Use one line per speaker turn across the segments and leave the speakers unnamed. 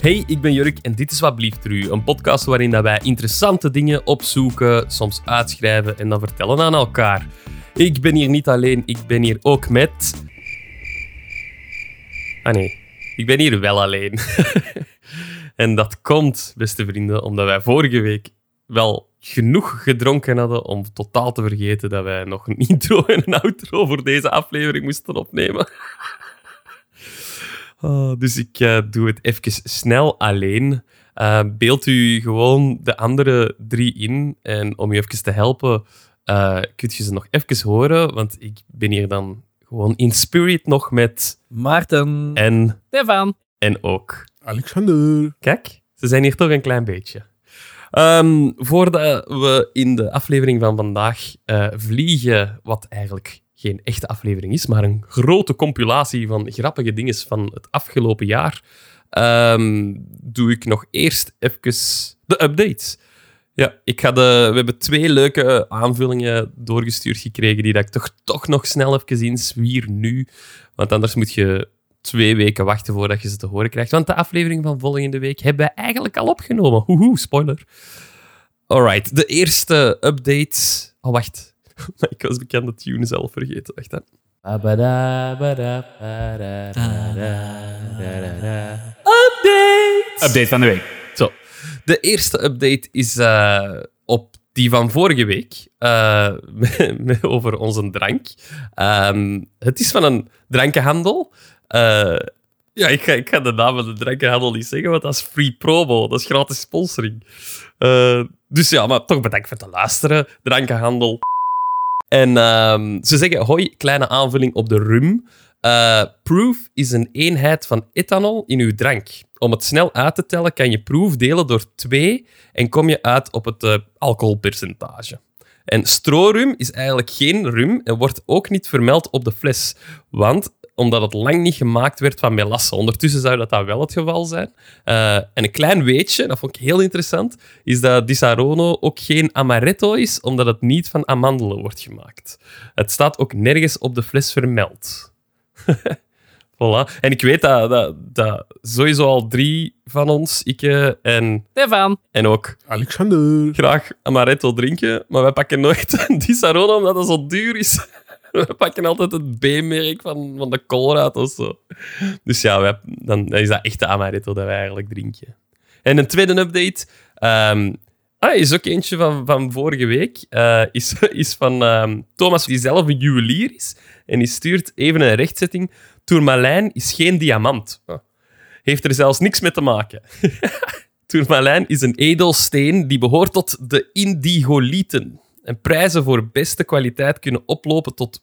Hey, ik ben Jurk en dit is Wat Blieft er u? Een podcast waarin dat wij interessante dingen opzoeken, soms uitschrijven en dan vertellen aan elkaar. Ik ben hier niet alleen, ik ben hier ook met... Ah nee, ik ben hier wel alleen. en dat komt, beste vrienden, omdat wij vorige week wel genoeg gedronken hadden om totaal te vergeten dat wij nog een intro en een outro voor deze aflevering moesten opnemen. Ah, dus ik eh, doe het even snel alleen. Eh, beeld u gewoon de andere drie in. En om u even te helpen, eh kunt je ze nog even horen. Want ik ben hier dan gewoon in spirit nog met
Maarten.
en,
Stefan.
en ook.
Alexander.
Kijk, ze zijn hier toch een klein beetje. Ehm, voordat we in de aflevering van vandaag eh, vliegen, wat eigenlijk geen echte aflevering is, maar een grote compilatie van grappige dingen van het afgelopen jaar, ehm, doe ik nog eerst even de updates. Ja, ik ga de, we hebben twee leuke aanvullingen doorgestuurd gekregen die dat ik toch, toch nog snel even inswier nu. Want anders moet je twee weken wachten voordat je ze te horen krijgt. Want de aflevering van volgende week hebben wij eigenlijk al opgenomen. Hoehoe, spoiler. Alright, de eerste update. Oh, wacht. ik was bekende tune zelf vergeten. Wacht, hè. Update!
Update van de week.
Zo. De eerste update is eh, op die van vorige week eh, met- met- over onze drank. Ehm, het is van een drankenhandel. Eh, ja, ik ga, ik ga de naam van de drankenhandel niet zeggen, want dat is free promo. Dat is gratis sponsoring. Eh, dus ja, maar toch bedankt voor het luisteren. Drankenhandel. En ehm, ze zeggen, hoi, kleine aanvulling op de rum. Eh, proof is een eenheid van ethanol in uw drank. Om het snel uit te tellen kan je proof delen door 2 en kom je uit op het eh, alcoholpercentage. En strorum is eigenlijk geen rum en wordt ook niet vermeld op de fles. Want omdat het lang niet gemaakt werd van melasse. Ondertussen zou dat, dat wel het geval zijn. Eh, en een klein weetje, dat vond ik heel interessant, is dat Disaronno ook geen amaretto is, omdat het niet van amandelen wordt gemaakt. Het staat ook nergens op de fles vermeld. Voilà. En ik weet dat, dat, dat sowieso al drie van ons, ik eh, en,
Stefan.
en ook,
Alexander.
graag amaretto drinken. Maar wij pakken nooit een Disaronno omdat dat zo duur is. We pakken altijd het B-merk van, van de Colruyt of zo. Dus ja, wij- dan, dan is dat echt de amaretto dat wij eigenlijk drinken. En een tweede update. ehm, ah, is ook eentje van, van vorige week. eh, is, is van ehm, Thomas, die zelf een juwelier is. En die stuurt even een rechtzetting. Tourmalijn is geen diamant. Huh. Heeft er zelfs niks mee te maken. Tourmalijn is een edelsteen die behoort tot de indigolieten. En prijzen voor beste kwaliteit kunnen oplopen tot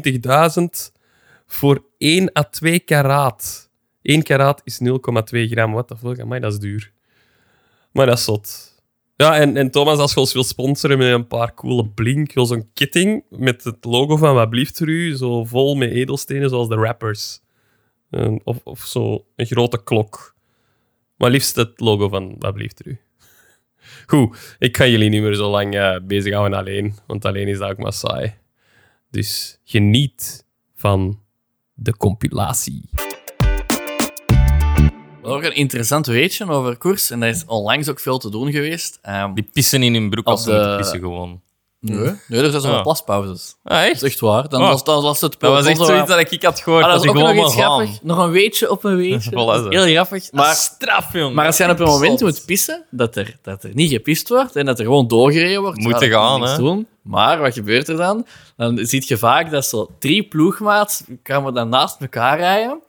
25.000 voor 1 à 2 karaat. 1 karaat is 0,2 gram. Wat de fuck? Amai, dat is duur. Maar dat is zot. Ja, en, en Thomas, als je ons wilt sponsoren met een paar coole blink, wil zo'n kitting met het logo van Wat blieft er u, zo vol met edelstenen zoals de rappers. Een- of, of zo een grote klok. Maar liefst het logo van Wat blieft er u. Goed, ik ga jullie niet meer zo lang eh, bezighouden alleen, want alleen is dat ook maar saai. Dus geniet van de compilatie.
Ook een interessant weetje over koers. En dat is onlangs ook veel te doen geweest. Ehm,
Die pissen in hun broek als ze
Op de-
moeten pissen gewoon.
nee, nee, er zijn zo'n
Ah.
plaspauzes.
Ah,
Dat is echt waar. Dan
Ah.
was, dan was het
Dat was echt
zo-
zoiets dat ik had gehoord.
Ah, dat is ook nog
gewoon
iets grappig. Nog een weetje op een weetje.
Voilà, zo.
Heel grappig.
Maar
Maar,
straf, jongen.
maar als je op een moment moet pissen, dat er, dat er niet gepist wordt en dat er gewoon doorgereden wordt,
Moet
ja,
je
dat kan
gaan,
niks
hè.
doen. Maar wat gebeurt er dan? Dan zie je vaak dat zo drie ploegmaats komen dan naast elkaar rijden.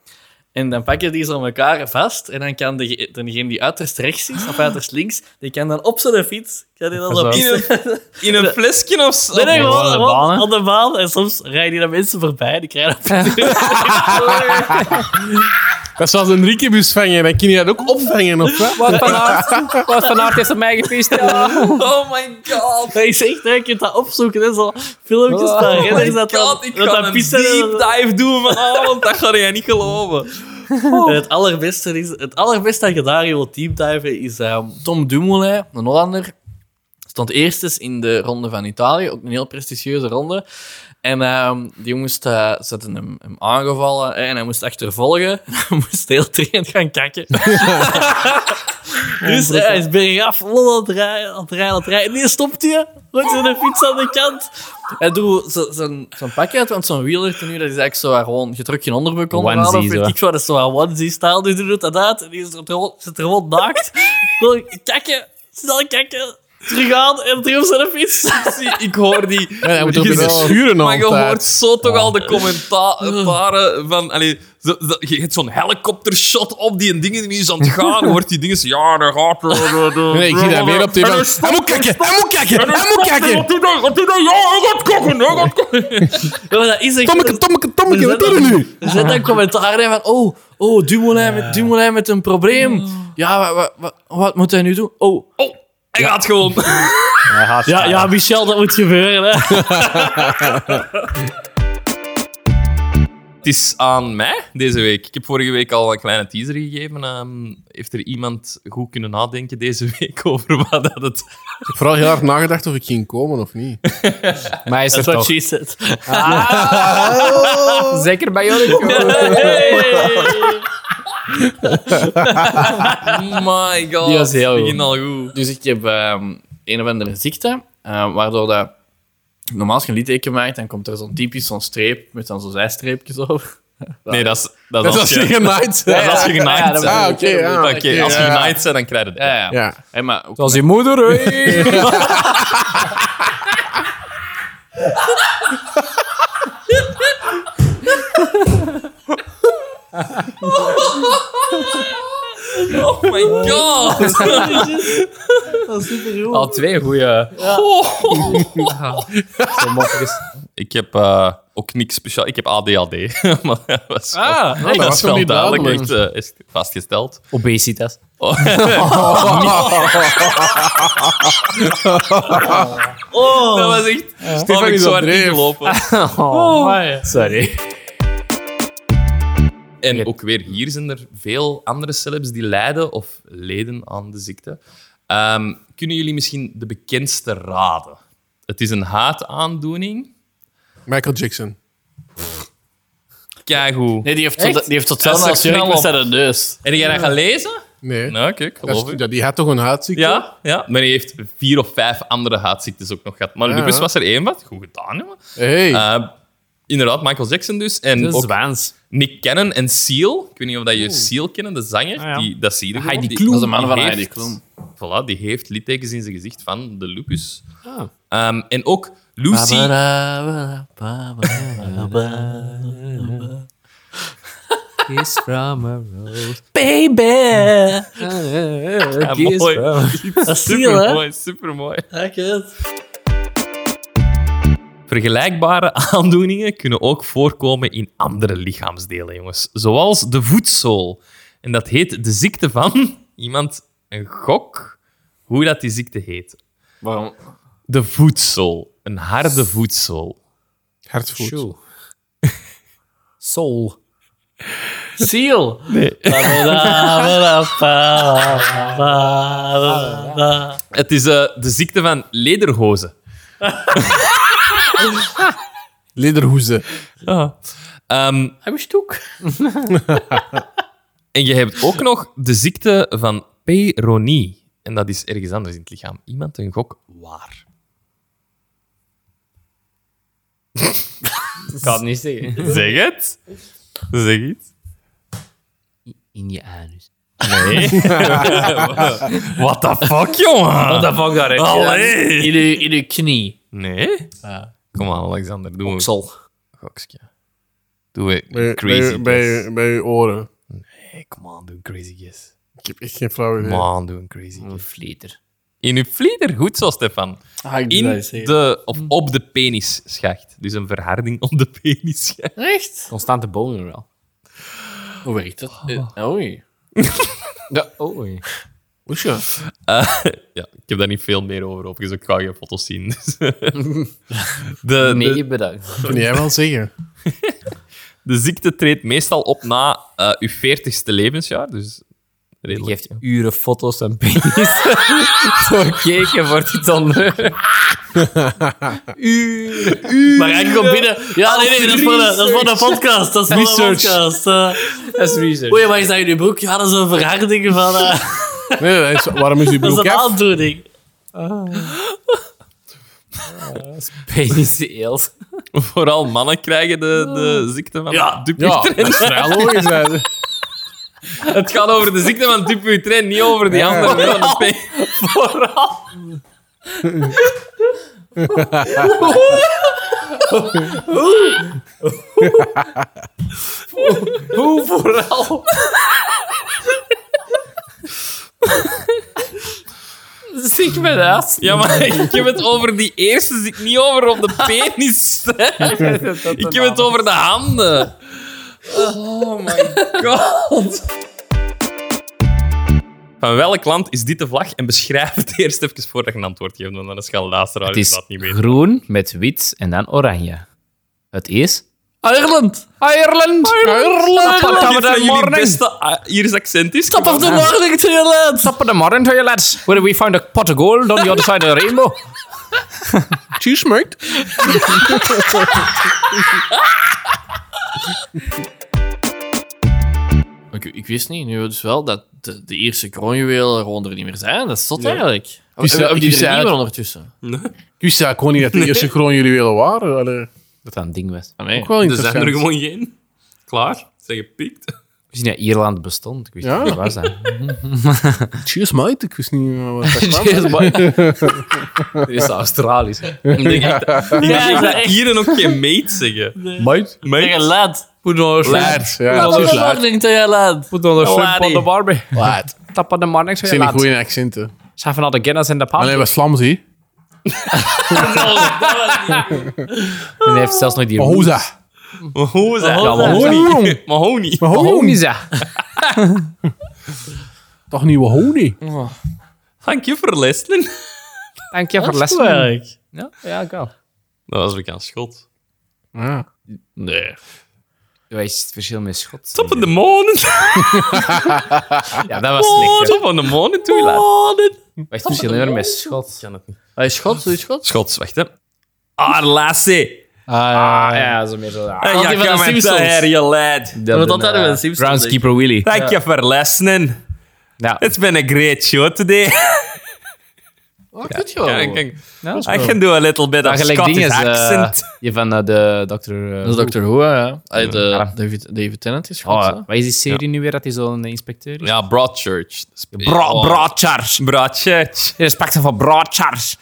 En dan pakken die zo elkaar vast. En dan kan dege- degene die uiterst rechts is, of uiterst links, die kan dan op zijn fiets. Kan die dan zo
In
pissen.
een, in een flesje of zo.
Nee, nee, gewoon,
Op de
gewoon
baan, hè.
op de baan. En soms rijden die dan mensen voorbij, die krijgen dat
Dat is als een riekenbus vangen. Dan kun je dat ook opvangen, of wat?
Wat van aard, wat van aard heeft op mij gepist. Ja.
Oh my god.
Dat is echt, hè, je kunt dat opzoeken. Hè, zo filmpjes van
Oh my
renners dat dan-
god, ik
dat
ga
dan
een
pissen en
deep
dat-
dive doen vanavond. Dat ga jij niet geloven.
en Het allerbeste, is, het allerbeste dat je daarin wilt deepdiven is ehm, Tom Dumoulin, een Hollander. Stond eerst eens in de ronde van Italië, ook een heel prestigieuze ronde. En ehm, die jongens eh, ze hadden hem, hem aangevallen hè, en hij moest achtervolgen. En hij moest heel trainend gaan kakken. dus hè, hij is bergaf, lol, aan het rijden, aan het rijden, aan het rijden. En die stopt hij, met zijn fiets aan de kant. Hij doet z- zijn zijn pak uit, want zo'n wieler nu, dat is eigenlijk zo waar gewoon, je trok geen onderbroek onder aan, of
Onesie,
weet
zo.
ik wat, dat is zo waar onesie-stijl, die doet dat uit. En die is er gewoon- zit er gewoon naakt. Gewoon kakken, snel kakken, terug aan en terug op zijn fiets.
Ik hoor die...
Hij moet ook
Je-
binnen schuren
Maar je hoort
altijd.
zo toch al de commentaren van... Allee, zo- zo- je hebt zo'n helikoptershot op die en dingen die is aan het gaan. Je hoort die dingen... zo, Ja, daar gaat...
Nee, ik zie daar meer op tv.
En hij
Hij moet kijken, hij moet kijken, hij moet kijken.
Wat doe dat? Wat doe dat? Ja, oh, hij gaat koken. Hij gaat koken.
Ja, maar dat is echt...
Tommeke, Tommeke, Tommeke, wat doen we nu?
Er zit dan commentaar in van, oh, oh, Dumoulin, met, Dumoulin met een probleem. Ja, wa- wa- wa- wat moet hij nu doen? Oh,
Oh, hij gaat gewoon.
ja, ja, Michel, dat moet gebeuren, hè.
Het is aan mij deze week. Ik heb vorige week al een kleine teaser gegeven. Ehm, heeft er iemand goed kunnen nadenken deze week over wat dat het...
Vooral heel hard nagedacht of ik ging komen of niet.
Mij is er
Dat is wat
toch.
she said.
Zeker bij jullie.
My god.
Die was heel
Ik
goed.
begin al goed.
Dus ik heb ehm, een of andere ziekte, ehm, waardoor dat... Normaal als je een litteken maakt, dan komt er zo'n typisch zo'n streep met dan zo'n zijstreepjes over.
Nee, dat is, dat is
Dat
als
was
je,
genaaid.
dat is als je genaaid
Ja, dat
bent.
was-
Ah, oké, ja.
Oké, als je
ja.
genaaid bent, dan krijg je het.
Ja, ja.
Ja.
Hey, maar ook-
Zoals je moeder. hé.
Oh my god.
Al twee goede. Zo mopjes.
Ik heb eh, ook niks speciaal. Ik heb ADHD. maar dat was,
Ah,
dat was
was nog
wel
niet
duidelijk. Echt,
duidelijk.
eh, is vastgesteld.
obesitas.
Dat was echt... Stefan
is
ik zo
op
hard
dreef.
ingelopen.
Sorry.
En ook weer hier zijn er veel andere celebs die lijden of leden aan de ziekte. Ehm, kunnen jullie misschien de bekendste raden? Het is een haataandoening.
Michael Jackson.
Kijk hoe.
Nee, die heeft tot, die heeft tot zelfs
Dat
een
is er
jurk
snel
met
op.
zijn neus.
En jij dat gaan lezen?
Nee.
Nou, kijk, geloof
Dat
ik.
is- Die had toch een haatziekte?
Ja, ja, maar hij heeft vier of vijf andere haatziektes ook nog gehad. Maar
Ja,
Lupus
ja.
was er één wat. Goed gedaan, jongen.
Hey.
Eh, inderdaad, Michael Jackson dus. En ook
Zwaans.
Nick Cannon en Seal. Ik weet niet of dat je Seal kennen, de zanger.
Ah, ja.
die, dat zie je gewoon.
Heidi
Die-
Klum.
die
Dat is de man van
heeft-
Heidi Klum.
Voilà, die heeft littekens in zijn gezicht van de lupus.
Ah.
Ehm, en ook Lucy...
Kiss from a rose.
Baby!
Ja,
Kiss
mooi.
from a-
Dat is ziel, hè?
Supermooi, supermooi.
Lekker.
Vergelijkbare aandoeningen kunnen ook voorkomen in andere lichaamsdelen, jongens. Zoals de voetzool. En dat heet de ziekte van... Iemand een gok hoe dat die ziekte heet.
Waarom?
De voetzool. Een harde voetzool.
Hartvoet.
Shoe. Soul.
Seal!
Nee. Het is eh, de ziekte van lederhozen.
Lederhoezen.
Ehm,
Heb je stoek?
en je hebt ook nog de ziekte van Peyronie. En dat is ergens anders in het lichaam. Iemand een gok waar.
Ik kan het niet zeggen.
Zeg het. Zeg iets.
In je anus.
Nee. What the fuck, jongen?
Dat vang daar
Allee.
In uw, in uw knie.
Nee. Kom aan, Alexander. Doe een
Sol.
gokje. Doe
Bij,
een crazy
bij, bij,
guess.
bij je oren.
Nee, Kom aan, doe een crazy guess.
Ik heb echt geen flauw idee.
Kom aan, doe een crazy guess.
Een vlieter.
In uw vlieder. Goed zo, Stefan.
Ah, ik
In de, of op de penisschacht. Dus een verharding op de penisschacht.
Echt?
Constante boner wel.
Hoe werkt dat?
Ah.
Eh, Oei.
Ja, oei.
Oesje.
Ja, ik heb daar niet veel meer over opgezocht. Ik ga geen foto's zien. Dus. De, de,
Nee, bedankt.
Kun jij wel zeggen?
de ziekte treedt meestal op na eh, uw 40ste levensjaar. Dus redelijk.
geeft
ja.
uren foto's en penis doorkeken voor die tanden. uren, uren.
Maar hij komt binnen. Ja, nee, nee, dat is voor de, dat is voor de podcast. Dat is voor de
Research.
podcast. eh.
Dat is research.
oei, maar is dat in je broek? Ja, dat is een verharding van... eh,
Nee, dat is- waarom is die
dat is
broek
een
af?
aandoening.
Penis eelt.
Oh,
Vooral mannen krijgen de, de ziekte van
Ja.
Ja,
Dupuytren.
dat is vrij logisch. hè.
Het gaat over de ziekte van Dupuytren, niet over die
Ja.
andere. van de pe-
Hoe vooral? Ziek met uit.
Ja, maar ik heb het over die eerste ziekte, niet over op de penis. hè. Ik heb het over de handen. Oh my god. Van welk land is dit de vlag? En beschrijf het eerst even voordat je een antwoord geeft, want anders gaan luisteraars
Het is
dat niet weten.
groen met wit en dan oranje. Het is...
Ireland.
Ireland! Ireland!
Wat
Top of
dat
the
jullie
morning!
beste ah, Iers accent is.
Top of the morning, Ireland.
Top of the morning to you lads! Where we found a pot of gold on the other side of the rainbow.
Cheers, mate.
Ik, ik wist niet, nu dus wel, dat de, de Ierse kroonjuwelen gewoon er niet meer zijn. Dat is tot eigenlijk.
wist-
Hebben die
ik
er
wist
niet meer
eigenlijk-
ondertussen?
Ik wist eigenlijk gewoon niet dat de eerste kroonjuwelen waren. Allee,
Dat dat een ding was.
Ah, nee.
ook wel
Er zijn er
interessant.
gewoon geen. Klaar, zijn gepikt.
We zien dat Ierland bestond. Ik wist
Ja.
niet wie was dat.
Cheers, mate. Ik wist niet eh, wat dat kwam.
Dat is Australisch.
Ik denk echt- ik
Ja,
denk
ja,
dat Ieren ook geen meet zeggen.
Mate,
Meet.
Tegen laat.
Laat, ja.
Top
dat
of
is
the
laat.
morning, Ireland.
put on
shrimp on the
barbie.
Laat.
Top of the morning to
Dat
you
zijn niet
lads.
goede accenten.
Zijn van al de Guinness in de pub.
Alleen was Vlaams, hè.
En hij heeft zelfs nog die...
Maar hoe is dat?
Mahoney. Ja,
Mahoney.
Mahoney. Mahoney.
Maar hoe
Mahoney,
niet?
zeg.
Toch niet Mahoney?
Dank je voor Leslin.
Dank je voor les. Ja, ja, ik wel.
Dat was weer aan schot.
Ja.
Nee.
Wat is het verschil met Schot?
Top van de monen.
Ja, dat was slecht. hè.
Top van de monen toe.
Wat is het verschil weer met Schot?
Hij is Schots, hij is Schots.
Schots, wacht hè. Ah, lassie.
Ah, ja, zo meer zo. Ah,
En
die
ja,
van de
kan met de
Simpsons.
her, je leid.
Dat
dat hadden we in Simpsons,
Groundskeeper Willy.
Dank je voor Leslin.
Ja. Oh.
It's been a great show today.
Wat doet je wel?
Ja, dat is
I
wel-
can do a little bit
Ja,
of
gelijk
Scottish
dingen. eh,
accent.
je van eh, de dokter... eh,
Dat is Dr. Who, hè, ja. Hij, de,
Ja.
David, David Tennant is
Oh,
Schots,
eh,
hè?
wat is die serie nu weer dat hij zo'n inspecteur is?
Ja, Broadchurch.
Bra Broadchars.
Broadchurch.
In respect van Broadchars.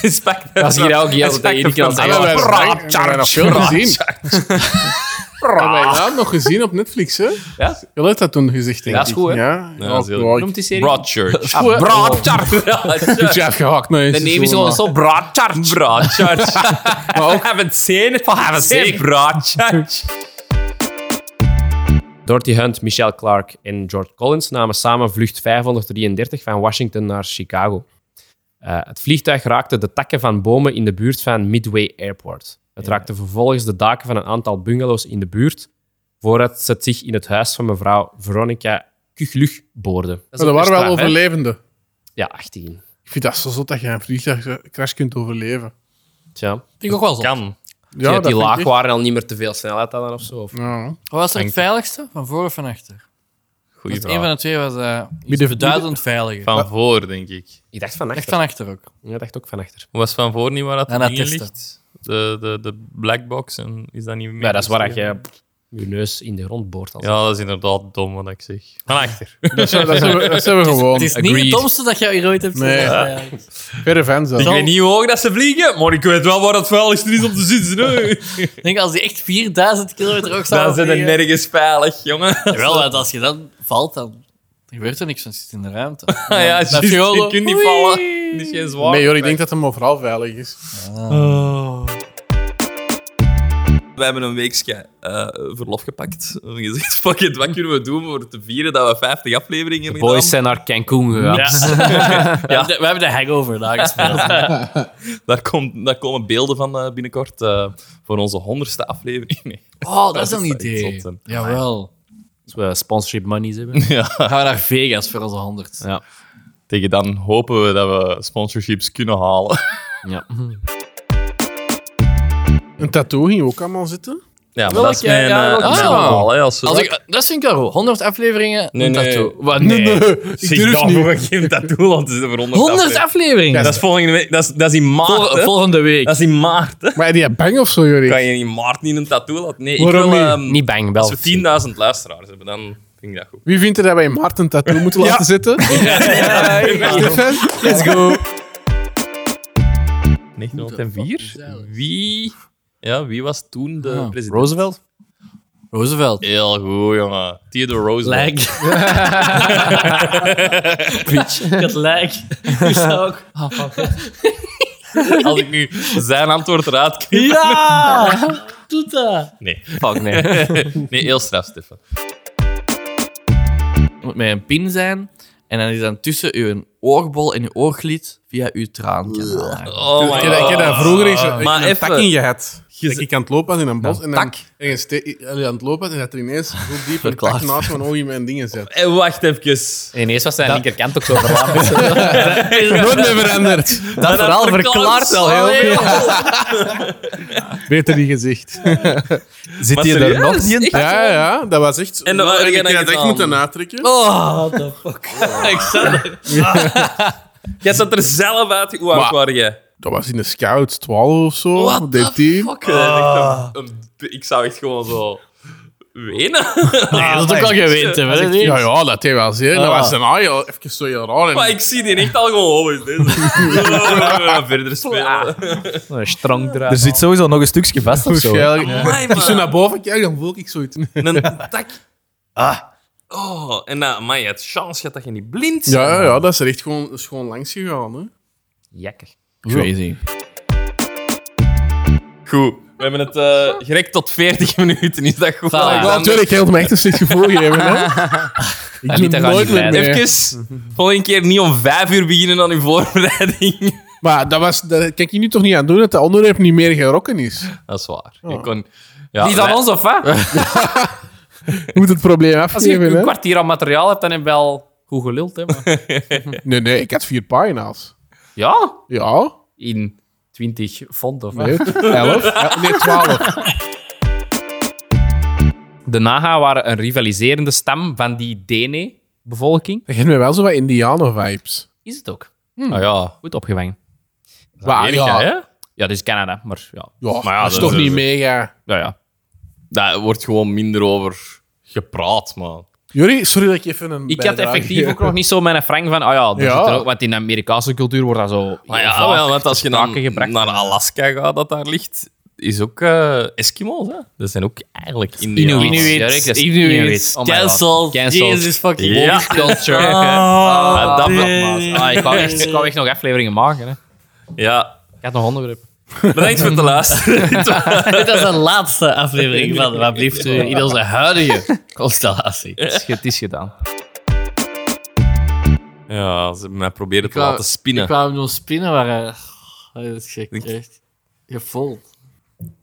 Respect.
Dat is hier ook heel de ene keer als hij-
Hebben wij dat-
Broadchurch.
hebben wij dat veel gezien? Hebben wij dat nog gezien op Netflix, hè?
Ja?
Je hebt dat toen gezegd, denk
Ja, is
ik.
goed, hè?
Ja,
Ja, dat is heel
ja, ik-
Noemt die serie?
Broadchurch.
Ah,
Oh.
Broadchars.
Goed, je hebt gehakt, nee.
De name is gewoon zo Broadchars.
Broadchurch.
Maar ook-
haven't seen it. I haven't
seen
seen
it.
Broadchurch.
Dorothy Hunt, Michelle Clark en George Collins namen samen vlucht 533 van Washington naar Chicago. Eh, het vliegtuig raakte de takken van bomen in de buurt van Midway Airport. Het raakte vervolgens de daken van een aantal bungalows in de buurt, voordat het zich in het huis van mevrouw Veronica Kuglug boorde.
Maar er waren wel overlevenden.
Ja, 18.
Ik vind dat zo zot dat je een vliegtuigcrash kunt overleven.
Tja.
Vind ik ook wel zo.
Kan.
Ja,
die
vind
laag
ik.
waren en al niet meer te veel snelheid hadden of zo. Of...
Ja.
Wat was er het veiligste? Van voor of van achter?
Goeie
Een van
vraag.
de twee was eh
Midden-
iets beduidend veiliger.
Van voor, denk ik.
Ik dacht van
Echt
achter.
van achter ook.
Ja, ik dacht ook van achter.
Hoe Was van voor niet waar dat
En dat
ding in
testen.
ligt? De, de, de black box en is dat niet meer?
Dus Ja, dat is waar dat
Ja,
je je neus in de grond boort. Als
dat is inderdaad dom wat ik zeg. Van achter.
Dat zijn dat zijn we, dat zijn we gewoon.
Het is niet
Agreed.
het domste dat jij hier ooit hebt
Nee.
gezien, eigenlijk.
Verre fans.
Ik
hè.
weet niet hoe hoog dat ze vliegen, maar ik weet wel waar het veiligste is om te zitten. hè.
Ik denk, als die echt 4000 kilometer ook zou
Dan zijn er nergens veilig, jongen.
Wel, want als je dan valt, dan dan gebeurt er niks, want je zit in de ruimte.
Ja, ja, juist,
is gewoon
je
zo,
kunt niet
oei.
vallen. Het is geen zwaar.
Nee, hoor, ik denk dat hem overal veilig is.
We hebben een weekje eh, verlof gepakt. We hebben gezegd, fuck it, wat kunnen we doen voor te vieren dat we 50 afleveringen hebben
boys
gedaan?
zijn naar Cancun gegaan.
Ja. We hebben de hangover nagespeeld.
Daar, komt, daar komen beelden van eh, binnenkort eh, voor onze honderdste aflevering. Nee.
Oh, dat is
Dat
een
is iets
idee.
zot, hè.
Jawel.
Als we sponsorship monies hebben.
Dan gaan we naar Vegas voor onze 100.
Ja.
Tegen dan hopen we dat we sponsorships kunnen halen.
ja.
Een tattoo ging ook allemaal zitten.
Ja, maar
Welke?
dat is mijn,
Ja,
eh,
welke?
mijn
Ah.
verhaal, hè, als we-
Als ik, dat vind ik wel goed. 100 afleveringen,
Nee,
een
nee.
tattoo. Wat,
Nee,
nee.
ik
Zeg,
durf
ja,
niet.
we gaan geen tattoo laten zitten voor 100
100
afleveringen.
afleveringen?
Dat is volgende week. Dat is, dat is in maart,
Vol-
hè.
volgende week.
Dat is in maart, hè.
Maar die had bang of zo, Jorik.
Kan je in maart niet een tattoo laten? Nee,
Waarom
ik wil...
niet?
ehm,
Niet bang, wel.
als we 10.000 luisteraars hebben, dan vind ik dat goed.
Wie vindt er dat wij Maarten een tattoo moeten laten zitten? Stefan?
Let's go.
1904? Wie, ja, wie was toen de
Ah.
president?
Roosevelt?
Roosevelt.
Heel goed, jongen. Theodore Roosevelt.
Lijk. Bitch. Ik had lijk. Ik zou ook...
Als ik nu zijn antwoord raad...
Ja! Doe dat.
Nee.
Fuck, nee.
Nee, heel straf, Stefan.
Het moet met een pin zijn. En dan is dan tussen uw oorbol en uw ooglid via uw traankanaal.
Oh
Ik heb dat- ik heb dat vroeger eens in
Maar
een tak
even.
in gehad. Ah. Dat ik aan het lopen was in een bos. En dan,
tak?
en je ste- eh, aan het lopen was en dat er ineens heel diep een tak
Verklaard.
naast mijn oog in mijn dingen zit.
Eh, wacht even.
En ineens was zijn linkerkant ook zo "Ah, verlaten.
Nooit meer veranderd.
Dat verhaal verklaart al heel veel.
Beter die gezicht.
Zit je daar nog?
Ja, ja, dat was echt...
En dat waren
ik
jij
heb
dan
dat echt
gedaan?
moeten natrekken.
Oh, what the fuck. Ik zat er.
Jij zat er zelf uit. Hoe oud
Maar-
waren jij?
Dat was in de scouts, 12 of zo, 13.
Fuck, eh,
Ah.
echt een- een- ik zou echt gewoon zo... Wenen?
dat is ook al gewend, hè. weet je.
Ja, ja, dat deed wel zeer. Dat was een aai, al even zo heel raar. En
Ah. Maar ik zie die echt al gewoon... Oh, is dit? Verder spelen.
Een strang draad.
Er zit sowieso nog een stukje vast of zo.
waarschijnlijk...
Amai,
Als je
man.
naar boven kijkt, dan voel ik zoiets.
Een tak. Ah. Oh, en nou, man, je hebt chance gehad dat je niet blind bent.
Ja, ja, ja, dat is er echt gewoon, is gewoon langs gegaan. Hè.
Jekker.
Crazy.
Goed. We hebben het eh gerekt tot 40 minuten. Is dat goed?
Ja,
Ja, natuurlijk, heel me echt een slecht gevoel geven. Hè. Ik doe
liet dat gaan
nooit
niet
meer
leiden.
mee.
Even, volgende keer niet om 5 uur beginnen aan uw voorbereiding.
Maar dat was, dat kan je nu toch niet aan doen dat dat onderwerp niet meer gerokken is?
Dat is waar. Ik kon... Ja,
Die is aan
wij-
ons of wat?
Je moet het probleem
Als je
afgeven.
een
Hè?
kwartier aan materiaal hebt, dan heb je wel goed geluld. Hè, maar-
Nee, nee, ik had vier pagina's.
Ja,
Ja,
in 20 font of wat.
nee, elf. Ja, nee, twaalf.
De Naga waren een rivaliserende stam van die Dene-bevolking.
Dat geeft mij wel zo wat Indianen-vibes.
Is het ook.
Ah, ja.
Hmm. Goed opgevangen.
Maar
Amerika,
ja, ja,
hè?
Ja, dit is Canada, maar ja.
dat is
dat
toch
is-
niet mega...
ja, ja.
Daar wordt gewoon minder over gepraat, man.
Jury, sorry dat ik even een
Ik had
bijdrage-
effectief ook nog niet zo mijn frank van, oh ja, daar
Ja.
zit er ook, want in de Amerikaanse cultuur wordt dat zo...
Maar ja,
vaak.
wel, want als je dan
sprake gebracht.
naar Alaska gaat, dat daar ligt, is ook eh Eskimo's. Hè? Dat zijn ook eigenlijk Indianen.
Inuit.
Ja,
Inuit.
Inuit.
Oh my god.
Cancelled.
Cancelled.
Jesus fucking
Ja.
Christ.
Culture.
Ah,
dat
nee.
maat. Ah, ik kan echt, ik wou echt nog afleveringen maken. Hè.
Ja,
Ik had nog onderwerpen.
Bedankt voor het luisteren.
Dit is de laatste aflevering van Wat blieft u in onze huidige constellatie.
Het is, ge- het is gedaan.
ja ze hebben mij proberen te
Ik wou-
laten spinnen.
Ik kwam door spinnen, maar... eh, Dat is gek. Echt. Gevoel.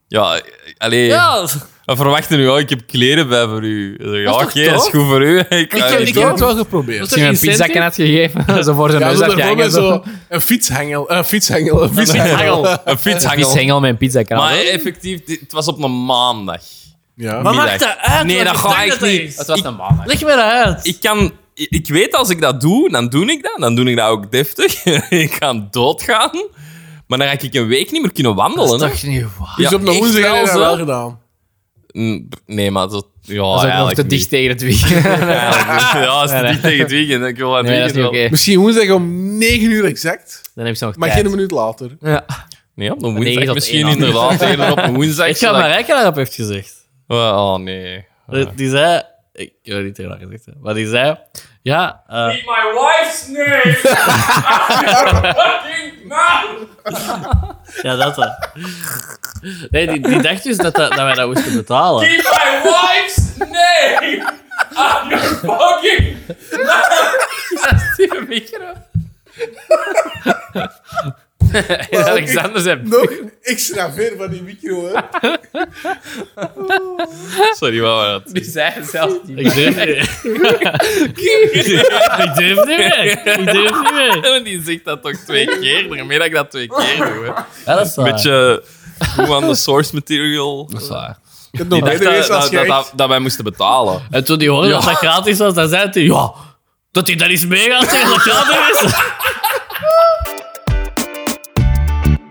Ja, alleen
Ja,
wat verwacht je nu? Oh, ik heb kleren bij voor u. Ik zeg, Ja,
Dat
oké,
is toch tof?
dat is goed voor u. Ik,
Ik
eh,
heb-
ik-
Ik heb het wel geprobeerd.
Als je een pizzakken had gegeven, zo voor zijn
Ja,
neus
zo
had
daarvoor
gehangen.
met
Zo.
zo een fietshengel. Een fietshengel. Een
Hangel.
fietshengel.
een fiets
Een Vishengel met een pizzakken.
Maar effectief, dit- het was op een maandag.
Ja.
Maar maakt
Middag.
dat uit?
Nee,
welke
dat gaat
dag
echt
dat
niet.
is?
Het was een man.
Leg me dat uit.
Ik kan... Ik ik weet, als ik dat doe, dan doe ik dat. Dan doe ik dat ook deftig. ik ga doodgaan. Maar dan ga ik een week niet meer kunnen wandelen. hè.
toch niet waar.
Dus
Ja,
op een
echt
woensdag heb je dat
zo.
wel gedaan.
Mm, Nee, maar dat... Oh,
Dat
Ja,
is ook nog
eigenlijk
te
niet.
dicht tegen het weekend.
Eigenlijk niet. Ja, dat is te dicht tegen het weekend. Ik wil aan het
Nee, dat is
weekend
niet
wel.
oké.
Misschien woensdag om 9 uur exact.
Dan heb je nog
Maar
tijd.
geen minuut later.
Ja.
Nee, op een
negen
woensdag
tot
misschien
één aan.
inderdaad. eerder op een woensdag.
Ik ga
zodat
maar rijken daarop heeft gezegd.
Wel, Oh, nee.
Die- Die zei... Ik ik weet niet tegen haar gezegd, hè. maar die zei... Ja, eh,
My wife's name. fucking
ja dat dan. Nee, die, die dacht dus dat, dat, dat wij dat moesten betalen.
My wife's name. fucking
En Alexander zijn
Nog extra ver van die micro, hè.
Sorry, wat was dat?
die zei zelf niet.
Ik durf niet meer. Ik durf niet meer. Ik durf niet meer.
Want die zegt dat toch twee keer? Daarmee dat ik dat twee keer doe. hè.
Ja, dat is
Ah.
waar.
Beetje hoe aan de source material.
Dat is waar.
Ik heb nog
Ik dacht
beter
dat,
is als
dat,
jij.
dat, dat wij moesten betalen.
En toen die hoorde dat dat gratis was, dan zei hij... Ja, dat hij daar eens mee gaat zeggen dat het gratis is.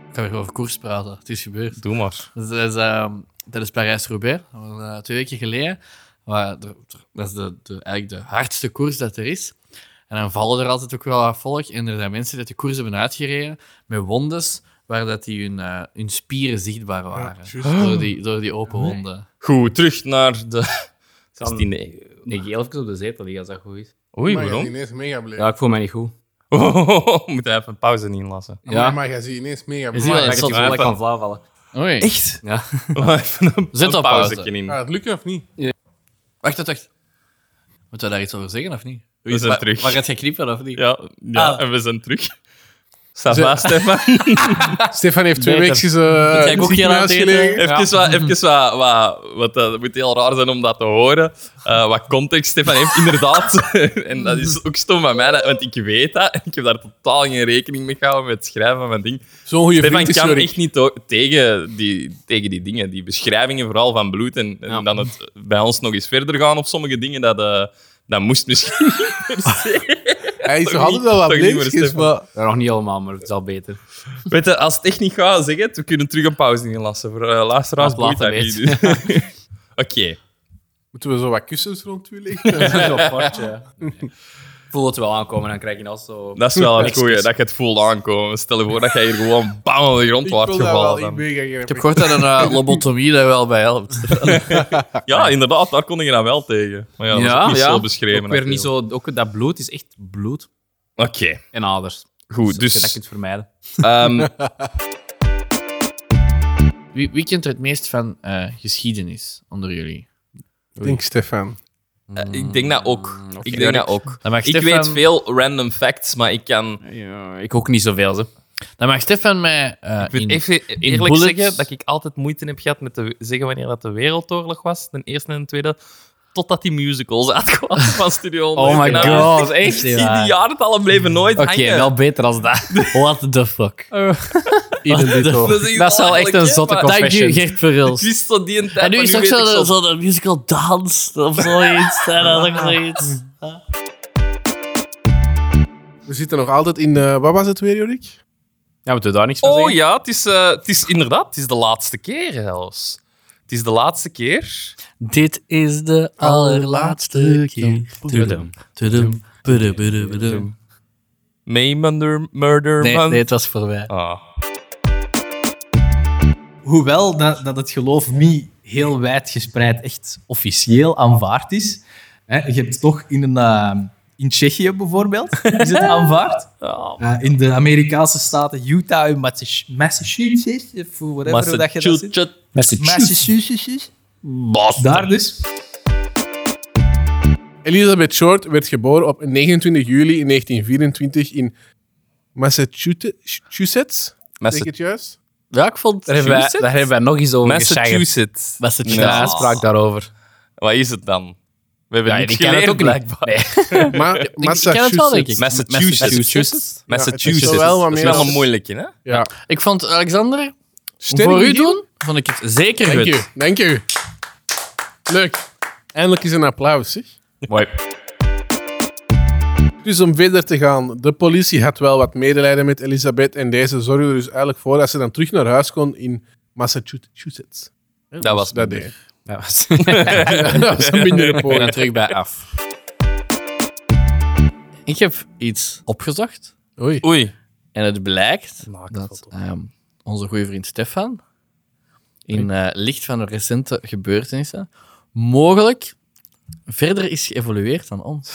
Ik ga weer over koers praten. Het is gebeurd.
Doe maar.
Dus Dat is, ehm, dat is Parijs-Roubaix, Dat was, eh, twee weken geleden. Maar er- er- dat is de, de, eigenlijk de hardste koers dat er is. En dan vallen er altijd ook wel wat volk. En er zijn mensen die de koers hebben uitgereden met wondes waar dat die hun, eh, hun spieren zichtbaar waren. door, die, door die
Ah.
open wonden.
Goed, terug naar de... 16 e
Nee, geel even op de zetel liggen als dat goed is.
Oei,
Maar jij
waarom?
ziet ineens mega bleek.
Ja, ik voel mij niet goed.
moet hij even een pauze inlassen.
Maar- Maar jij ziet ineens mega
Je
bleek.
ziet wel,
Maar
het
ik heb
zat
het gevoel dat ik
wel-
kan flauw vallen.
Oei.
Echt?
Ja.
Even een,
Zet
een
op pauze.
pauzetje in.
Gaat het lukken of niet?
Wacht, wacht, wacht. Moeten we daar iets over zeggen of niet?
We zijn
maar,
terug.
Maar gaat je knippen of niet?
Ja, ja
Ah.
en we zijn terug. Sava, Stefan.
Stefan heeft twee
Beter.
weken eh
jij ook
in het
heel aan het
ziekenhuis
eten?
gelegen.
Even wat, even wat, wat, wat dat moet heel raar zijn om dat te horen. Eh, wat context Stefan heeft, inderdaad. en dat is ook stom van mij, dat- want ik weet dat. En ik heb daar totaal geen rekening mee gehouden met het schrijven van mijn ding.
Zo'n goede
Stefan
vriend is
kan
Jorik.
echt niet o- tegen die, tegen die dingen. Die beschrijvingen vooral van bloed. En, en dan het bij ons nog eens verder gaan op sommige dingen. Dat, eh, dat moest misschien.
Hij is
Toch
nog altijd
niet-
wel wat
toch niet meer
bleekjes,
Stefan.
maar...
Ja, nog niet allemaal, maar het is al beter.
Weet je, als het echt niet gaat, zeg het. We kunnen terug een pauze inlassen. Voor eh luisteraars
Dat laat
boeit
hem
dat niet. Oké.
Moeten we zo wat kussens rond u leggen?
Zo fort, ja. Ik voel het wel aankomen, dan krijg je al zo...
Dat is wel het goeie, dat je het voelt aankomen. Stel je voor dat je hier gewoon bam op de grond
Ik wil
wordt
dat wel,
gevallen.
ik
dan.
ben geen
Ik heb gehoord dat een eh, lobotomie daar wel bij helpt.
Ja, inderdaad, daar kon je dan wel tegen. Maar ja, dat is
Ja,
ook niet
ja.
zo beschreven.
Ook weer niet
natuurlijk.
zo... Ook dat bloed is echt bloed
Oké,
en aders.
goed.
Dus... Dat
Dus
je het vermijden.
ehm,
Wie, wie kent er het meest van eh, geschiedenis onder jullie?
Ik denk Stefan.
ik denk dat ook. Ik denk
Erik.
dat ook.
Dan mag
Ik weet veel random facts, maar ik kan...
Ja, ik ook niet zoveel, ze.
Dan mag Stefan mij. eh,
Ik moet
in-
even eerlijk
bullets-
zeggen dat ik altijd moeite heb gehad met te zeggen wanneer dat de Wereldoorlog was. De eerste en de tweede. Totdat die musicals uitkwamen van Studio Mm. 100.
Oh my
En dan-
god,
Ik
echt?
zie die jaartallen bleven nooit
Oké,
hangen.
wel beter als dat.
What the fuck?
Ieder dit hoor.
is, iets
Oh. Dat is wel echt
belachelijk,
een
hè,
zotte
maar-
Dank je,
Confession.
Gert Verhulst.
Ik wist zo die een tijd,
En nu
maar
is ook
weet ik
zo'n
zo-
zo musical dans of zoiets. En dat is ook zoiets.
We zitten nog altijd in... eh, wat was het weer, Jorik?
Ja, moeten we daar niks van
Oh
zeggen?
ja, het is, eh, het is inderdaad, het is de laatste keer zelfs. Het is de laatste keer.
Dit is de allerlaatste keer. Tudum, tudum, pudum, pudum, pudum.
May Murder, murder
Nee,
Man.
nee, het was voorbij.
Ah.
hoewel dat, dat het geloof niet heel wijd gespreid echt officieel aanvaard is. Hè, je hebt toch in, een, eh, in Tsjechië bijvoorbeeld, is het aanvaard. Eh, in de Amerikaanse staten Utah en Massach- Massachusetts, of whatever hoe dat je dat zegt. Massachusetts. Daar dus.
Elizabeth Short werd geboren op 29 juli in 1924 in Massachusetts. Massachusetts? Zeg ik het juist?
Ja, ik vond...
Daar hebben, wij,
Massachusetts?
daar hebben wij nog eens over geschaggen.
Massachusetts.
Was het
Een uitspraak daarover.
Wat is het dan? We hebben
Ja,
niet
die
niks
ken het
geleerd,
ook niet.
blijkbaar.
Ma
Ik ken het wel, denk ik.
Massachusetts.
Massachusetts.
Massachusetts.
Ja, het is wel wat
dat is
meer
wel
als-
een moeilijke, hè?
Ja.
Ik vond, Alexander,
Sterk
voor u
begin.
doen, vond ik het zeker
Dank
goed.
u, dank u. Leuk. Eindelijk is een applaus, zeg.
Mooi.
Dus om verder te gaan, de politie had wel wat medelijden met Elisabeth en deze zorgde er dus eigenlijk voor dat ze dan terug naar huis kon in Massachusetts. dus
Dat was
Dat
minder.
deed.
Dat was-
Dat was een mindere
Ik ben er
poging.
terug bij af. Ik heb iets opgezocht.
Oei.
Oei.
En het blijkt dat ehm, onze goede vriend Stefan, in eh, licht van de recente gebeurtenissen, mogelijk verder is geëvolueerd dan ons.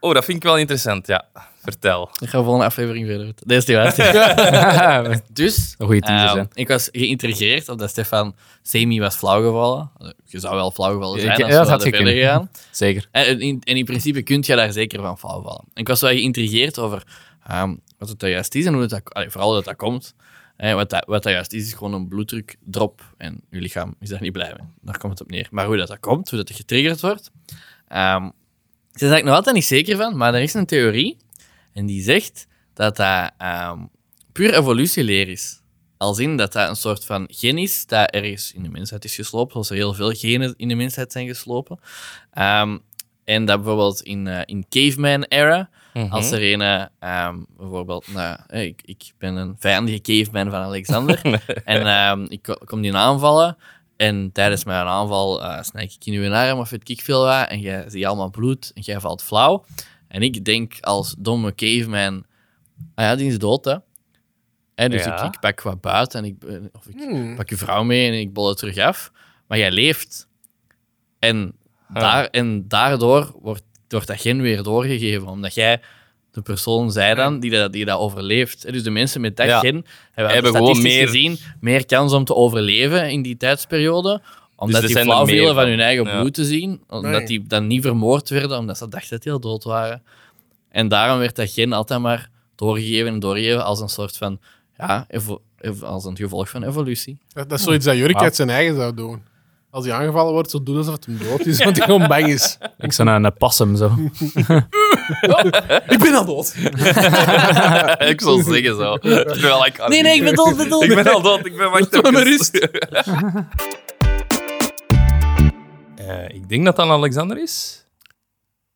Oh, dat vind ik wel interessant, ja. Vertel.
Ik ga volgende aflevering verder. Deze is die waar. Dus,
Een goede teaser,
ehm,
zijn.
ik was geïntrigeerd omdat Stefan semi was flauwgevallen. Je zou wel flauwgevallen zijn
Ja,
als
dat
we
had
hadden verder
gekund.
gaan.
Zeker.
Eh, En in, en in principe kun je daar zeker van flauw vallen. Ik was wel geïntrigeerd over ehm, wat het daar juist is en hoe het dat, allee, vooral hoe dat, dat komt. Hè, wat, dat, wat dat juist is, is gewoon een bloeddrukdrop. En je lichaam is daar niet blij mee. Daar komt het op neer. Maar hoe dat, dat komt, hoe dat, dat getriggerd wordt. ehm ze is eigenlijk nog altijd niet zeker van, maar er is een theorie. En die zegt dat dat ehm, puur evolutieleer is. Als in dat dat een soort van gen is dat ergens in de mensheid is geslopen. Zoals er heel veel genen in de mensheid zijn geslopen. Ehm, en dat bijvoorbeeld in, eh, in caveman-era, als er een, eh, ehm, bijvoorbeeld, nou, eh, ik, ik ben een vijandige caveman van Alexander. en ehm, ik ko- kom die aanvallen. En tijdens mijn aanval eh snij ik in uw arm of weet ik veel wat. En jij ziet allemaal bloed en jij valt flauw. En ik denk als domme caveman, ah ja, die is dood hè. Hè, dus
Ja. Hmm.
ik, ik pak wat buiten en ik, ben- of ik pak je vrouw mee en ik bol het terug af. Maar jij leeft. En,
Ah.
daar, en daardoor wordt, wordt dat gen weer doorgegeven, omdat jij de persoon zij dan die dat, die dat overleeft. En Dus de mensen met dat
Hmm. Ja.
gen hebben,
Hebben gewoon
statistisch
meer-
gezien meer kans om te overleven in die tijdsperiode omdat
Dus
die
er zijn er meer
flauwvielen van
van.
hun eigen
Ja.
bloed te zien, omdat
Nee.
die dan niet vermoord werden, omdat ze dachten dat die al dood waren. En daarom werd dat gen altijd maar doorgegeven en doorgegeven als een soort van, ja, evo- ev- als een gevolg van evolutie.
Dat, dat is zoiets dat Jurk uit zijn eigen zou doen. Als hij aangevallen wordt, zo doen alsof het hem dood is, want hij gewoon bang is.
Ik zou naar een passem zo.
Ik ben al dood.
ik zal zeggen zo. Terwijl ik
Nee, nee, ik ben dood, ik ben dood.
Ik ben al dood, ik ben wacht even. Eh, ik denk dat dat Alexander is.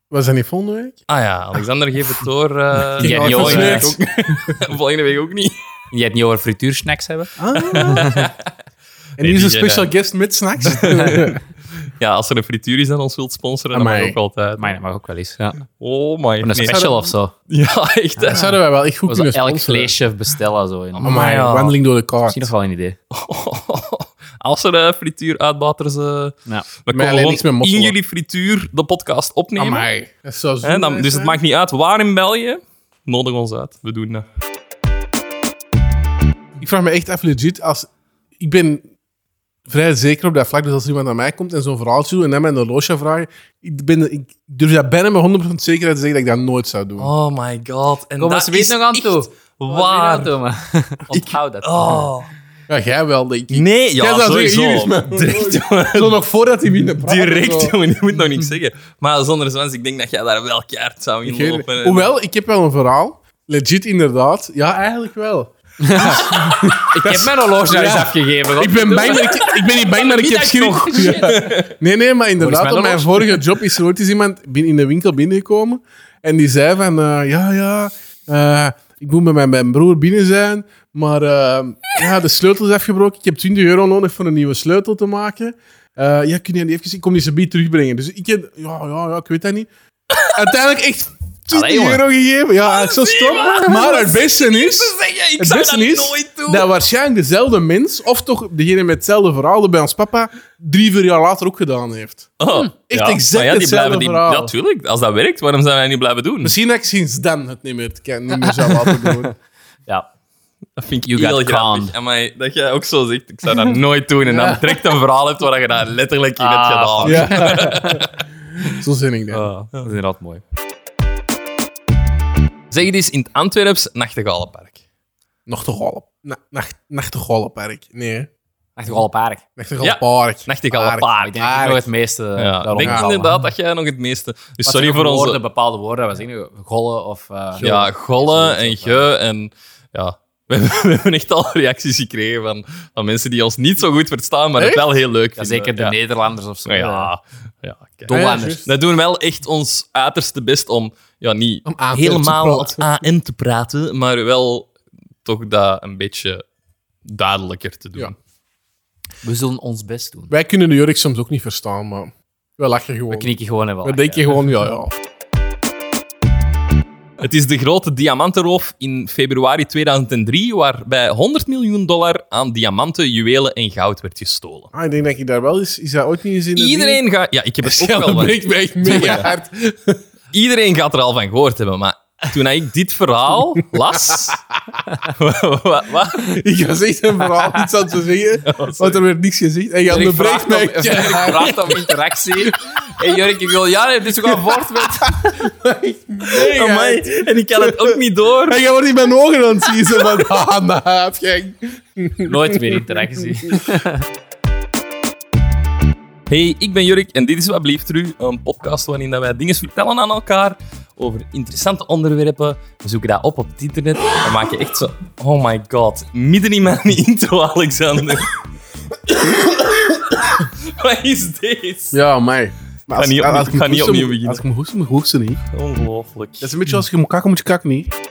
Was dat niet volgende week?
Ah ja, Alexander geeft het door. eh,
Jij hebt niet
dat
over-
is
jij
volgende week ook niet.
hebt niet over frituursnacks hebben.
En hier is een
die, eh,
special guest met snacks.
Ja, als er een frituur is dat ons wilt sponsoren, dan
Amai.
mag ook altijd.
Maar dat mag ook wel eens. Ja.
Oh my.
Een special of zo.
Ja, echt. hè.
Dat zouden wij wel echt goed
Of zo
kunnen
elk
sponsoren.
vleeschef bestellen. Zo. in-
Amai, Oh wandeling door de kaart.
Misschien nog wel een idee.
Als er eh, frituur uitbaters... eh, ze
Ja.
We
alleen
kunnen gewoon
niks met mosselen.
in jullie frituur de podcast opnemen.
Amai. Dat zou zo
Hè, dan-
nice
dus het
zijn.
maakt niet uit waar in België. Nodig ons uit. We doen dat.
Ik vraag me echt af, legit, als... Ik ben vrij zeker op dat vlak, dus als iemand naar mij komt en zo'n verhaaltje doet en dan mij een horloge vraagt, ik, ben, ik durf dat bijna met 100% zekerheid te zeggen dat ik dat nooit zou doen.
Oh my god. En
Kom eens weet nog aan toe.
Waar?
Onthoud dat.
Oh.
Ja, jij wel, denk ik.
Nee, ja,
Jij zou zeggen,
sowieso.
hier is mijn
Direct, jongen.
Zo nog voordat hij binnen praat. of zo.
Direct, jongen. Je moet nog niks zeggen. Maar zonder zwans, ik denk dat jij daar wel kaart zou
Ik weet het niet.
inlopen. en-
Hoewel, ik heb wel een verhaal. Legit, inderdaad. Ja, eigenlijk wel.
Ik heb mijn horloge daar eens afgegeven.
Ik ben, bang, dat ik, ik ben niet bang, maar ik heb schrik. Ja. Nee, nee, maar
Volgens mij
inderdaad, op
nog
mijn vorige job is er ooit eens iemand bin- in de winkel binnengekomen. En die zei van, eh, ja, ja, eh, ik moet met mijn, mijn broer binnen zijn. Maar eh, ja, de sleutel is afgebroken. Ik heb 20 euro nodig voor een nieuwe sleutel te maken. Eh, ja, kun je die even... Ik kom die zo bij terugbrengen. Dus ik heb... Ja, ja, ja, ik weet dat niet. Uiteindelijk echt 20
Allee, jongen.
euro gegeven. Ja, ik zo stom. Maar het beste is...
zeggen, ik
Het
zou
beste
dat
is
nooit doen.
dat waarschijnlijk dezelfde mens, of toch degene met hetzelfde verhaal, dat bij ons papa, drie, vier jaar later ook gedaan heeft.
Oh,
Echt
ja.
exact
Maar ja, die
hetzelfde
blijven die,
verhaal.
Ja, tuurlijk. Als dat werkt, waarom zijn wij niet blijven doen?
Misschien dat ik sinds dan het niet meer, te ken- niet meer zou laten doen.
Dat vind ik
You
heel
got
grappig.
conned.
Amai, dat jij ook zo zegt, ik zou dat nooit doen. En dan direct een verhaal hebt waar je dat letterlijk in hebt
Ah,
gedaan.
ja. Zo zin ik dat.
Ah.
Oh, dat is inderdaad mooi.
Zeg het eens in het Antwerps Nachtegalenpark.
Nachtegalen. Na, nacht, nachtegalenpark. Nee, hè.
Echt wel park.
Nachtegalenpark.
Nachtegalenpark.
Park, denk ik nog het meeste eh,
Ja, ik
daarop
denk
gevallen.
inderdaad dat jij nog het meeste... Dus
Wat
sorry
zijn
voor
nog
onze...
woorden, bepaalde woorden. We zeggen nu gollen of... eh,
Ja, gollen en ge en... Ja, we hebben, we hebben echt al reacties gekregen van, van mensen die ons niet zo goed verstaan, maar het wel heel leuk
ja,
vinden.
zeker de
ja.
Nederlanders of zo.
Ja, ja, kijk.
Ah, ja,
Hollanders.
juist.
We doen wel echt ons uiterste best om ja, niet
Om aan te
helemaal op
praten.
AN te praten, maar wel toch dat een beetje duidelijker te doen.
Ja.
We zullen ons best doen.
Wij kunnen de Jurk soms ook niet verstaan, maar we lachen
We
gewoon. We,
knikken gewoon en wel.
denken gewoon, ja, ja.
Het is de grote diamantenroof in februari 2003, waarbij 100 miljoen dollar aan diamanten, juwelen en goud werd gestolen.
Ah, ik denk dat ik daar wel is. Is dat ooit niet eens in de
Iedereen gaat... Ja, ik heb het ook
Ja,
wel
dat
wat-
breekt mij echt mega hard.
Iedereen gaat er al van gehoord hebben, maar toen ik dit verhaal las... wat, wat?
Ik was echt een verhaal iets aan te zeggen, want er werd niks gezegd. En je onderbreekt mij.
Vraagt om interactie. hey, Jurk, ik wil ja, dit is ook al voort met.
Amai, en ik kan het ook niet door.
En jij wordt in mijn ogen aan het zien. Zo van, ah, nah, heb jij-
Nooit meer interactie.
Hey, ik ben Jurk en dit is Wat Blieft U, een podcast waarin dat wij dingen vertellen aan elkaar over interessante onderwerpen. We zoeken dat op op het internet en maken echt zo... Oh my god, midden in mijn intro, Alexander. Wat is dit?
Ja, mij. Maar
niet op- ik ga niet
hoest,
opnieuw
moet-
beginnen.
Als ik me hoest, moet ik hoesten niet.
Ongelooflijk.
Dat is een beetje als je moet kakken, moet je kakken niet.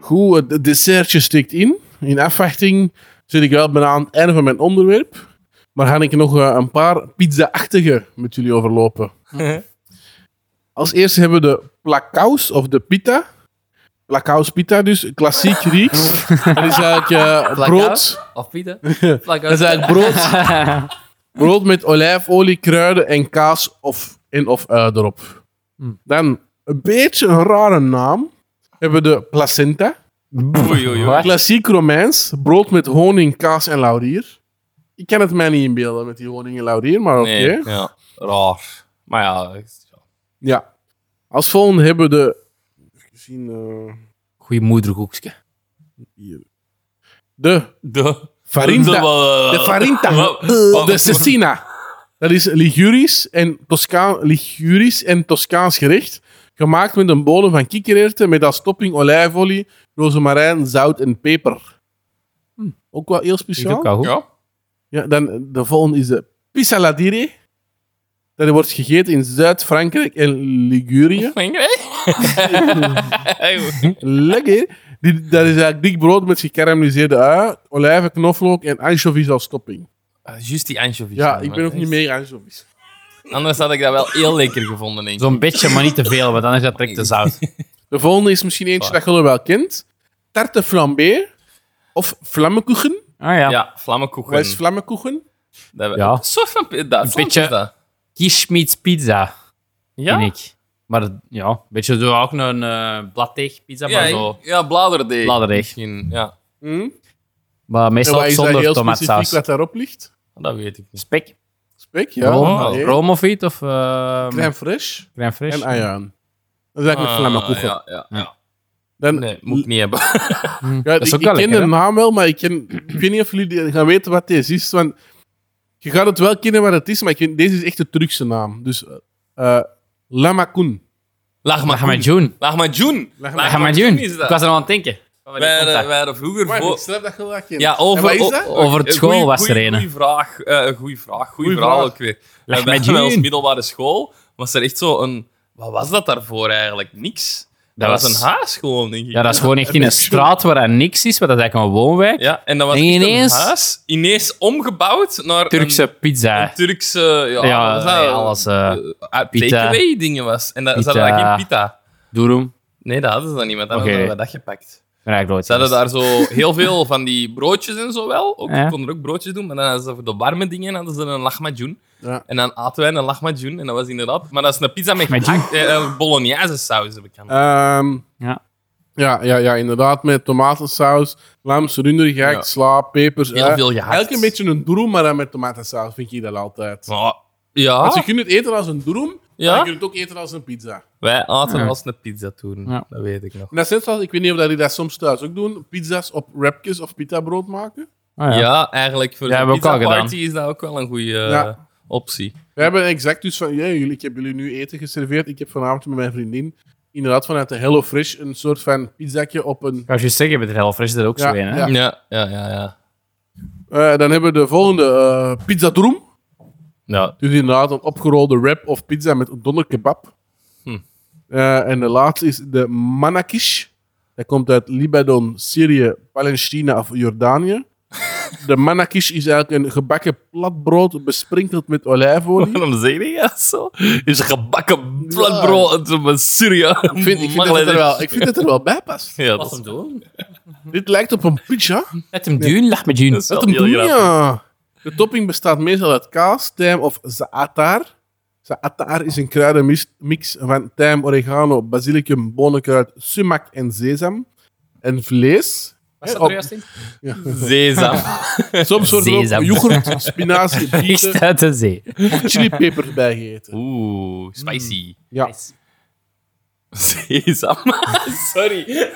Goed, het- het dessertje stikt in. In afwachting zit ik wel bijna aan het einde van mijn onderwerp. Maar ga ik nog eh, een paar pizza-achtige met jullie overlopen. als eerste hebben we de plakkaus of de pita. Plakkaus pita dus, klassiek Grieks. Dat is eigenlijk eh, brood...
Of Pieter?
Dat is eigenlijk brood, brood met olijfolie, kruiden en kaas of in of uit erop.
Hmm.
Dan een beetje een rare naam. Hebben we de placenta.
Oei, oei, oei.
Klassiek Romeins. Brood met honing, kaas en laurier. Ik kan het mij niet inbeelden met die honing en laurier, maar oké.
Nee, ja. Raar. Maar ja... echt, ja.
Ja. Als volgende hebben we de... Even zien... eh,
Goeie moederhoekske.
hier. De
De...
farinta. De
De...
Farinta. De Cecina. Dat is Ligurisch en, Toscaan, Ligurisch en Toscaans gerecht. Gemaakt met een bodem van kikkererwten met als topping olijfolie, rozemarijn, zout en peper. Hm, Ook wel heel speciaal.
Ja.
Ja, dan de volgende is de Pissaladire. Dat wordt gegeten in Zuid-Frankrijk en Ligurië. Lekker. Die, dat is eigenlijk dik brood met gekarameliseerde ui, olijven, knoflook en anchovies als topping.
Ah, Juist die anchovies.
Ja,
man,
ik ben ook
echt.
niet meer anchovies.
Anders had ik dat wel heel lekker gevonden, denk ik.
Zo'n beetje, maar niet te veel, want anders is dat trekt te zout.
De volgende is misschien eentje dat jullie wel kent. Tarte flambé. Of vlammenkoeken.
Ah ja.
Ja, vlammenkoeken.
Wat is vlammenkoeken?
Dat we-
Ja.
Een soort van... pi- Dat,
Een beetje-
is dat.
Kishmits pizza,
Ja?
vind ik. Maar ja, een beetje zo ook een eh bladdeeg pizza, maar
Ja,
zo.
ja, bladerdeeg.
Bladerdeeg.
Misschien, ja.
Hm?
Maar
En wat
meestal
is dat
zonder
heel specifiek
tomaatsaus.
wat daarop ligt?
Dat weet ik niet.
Spek,
Spek, ja.
room,
Nee.
room of iets, of eh
Crème fraîche
crème fraîche.
en ajuin. Dat is eigenlijk
Ah,
vlammenkoeken.
ja, ja, ja.
Dan,
Nee, moet ik niet hebben.
ja, ik
Hmm. is ook
ik
wel
ken
lekker,
de
hè?
naam wel, maar ik, ken, ik weet niet of jullie die- gaan weten wat deze is. Want je gaat het wel kennen wat het is, maar ik weet- deze is echt de Turkse naam. Dus eh lamakoen.
Lahmajoen.
Lahmajoen.
Lahmajoen.
is
Ik
dat.
was er aan het denken.
Wij hadden- wij hadden vroeger... voor-
snap dat je wel kent.
Ja,
En wat
over,
is
o-
dat?
o-
Over het school
goeie-
was er
goeie-
een.
Goeie vraag. eh goeie vraag. Goeie,
Goeie
verhaal
vraag.
ook weer.
Leg
Eh, bij-
mij
bij ons
Jean.
middelbare school was er echt zo een... Wat was dat daarvoor eigenlijk? Niks. Dat, was een huis gewoon, denk ik.
Ja, dat is gewoon echt in een straat waar er niks is, want dat is eigenlijk een woonwijk.
Ja, en dat was
En
echt
ineens-
een huis. Ineens omgebouwd naar een-
Turkse pizza.
een Turkse... Ja,
Ja,
wat was dat?
ja, alles, eh,
eh,
pita.
Takeaway dingen was. En dat, ze
Pita.
hadden daar geen pita.
Doerum.
Nee, dat hadden ze dan niet. Want dan
Oké.
hadden we dat gepakt.
Ja, ik nooit.
Ze hadden daar zo heel veel van die broodjes en zo wel. Ook,
Ja.
Ze konden ook broodjes doen, maar dan hadden ze voor de warme dingen hadden ze een lahmacun.
Ja.
En dan aten wij een lahmacun en dat was inderdaad... Maar dat is een pizza met gehakt, eh, eh, bolognese saus, heb ik aan.
Ehm,
Ja.
Ja, ja, ja, inderdaad. Met tomatensaus, lams, runder, gek,
Ja.
sla, pepers.
Heel
eh.
veel gehakt.
Eigenlijk een beetje een droem, maar dan met tomatensaus vind je dat altijd.
Maar- ja,
Want je kunt het eten als een droem,
Ja?
maar je kunt het ook eten als een pizza.
wij aten als een pizza toen.
Ja.
Dat weet ik nog.
En dat is zoals, ik weet niet of dat jullie dat soms thuis ook doen, pizza's op wrapjes of pita brood maken.
Ah,
Ja,
ja.
eigenlijk voor
Ja,
de
hebben we ook al
pizza party
gedaan.
is dat ook wel een goede eh,
Ja.
optie.
We hebben exact dus van, ja, jullie, ik heb jullie nu eten geserveerd. Ik heb vanavond met mijn vriendin inderdaad vanuit de Hello Fresh een soort van pizzakje op een...
Ik wou je zeggen, met Real Fresh is er ook
Ja,
zo een. hè?
ja.
Ja, ja, ja. ja, ja.
Eh, dan hebben we de volgende, eh, pizza droem.
Ja.
Dus inderdaad, een opgerolde wrap of pizza met donderkebab.
Hm.
Eh, en de laatste is de manakish. Dat komt uit Libanon, Syrië, Palestina of Jordanië. De manakish is eigenlijk een gebakken platbrood besprinkeld met olijfolie.
Waarom zeg je dat zo? Is gebakken flatbrood met Syria.
Ik vind, ik, vind dat het er wel, ik vind dat het er wel bij past.
Ja, dat
Laat
is
hem doen.
Dit lijkt op een pizza.
Laat hem doen, lach met Jun.
Dat hem doen, ja. De topping bestaat meestal uit kaas, tijm of zaatar. Zaatar is een kruidenmix van tijm, oregano, basilicum, bonenkruid, sumac en sesam. En vlees. Eh,
Wat staat er juist in?
Zeza.
Soms wordt er
Sesam.
ook yoghurt, spinazie, bieten,
Echt uit de zee.
of chilipepers bij gegeten.
Oeh, spicy.
Ja.
Sesam. Sorry.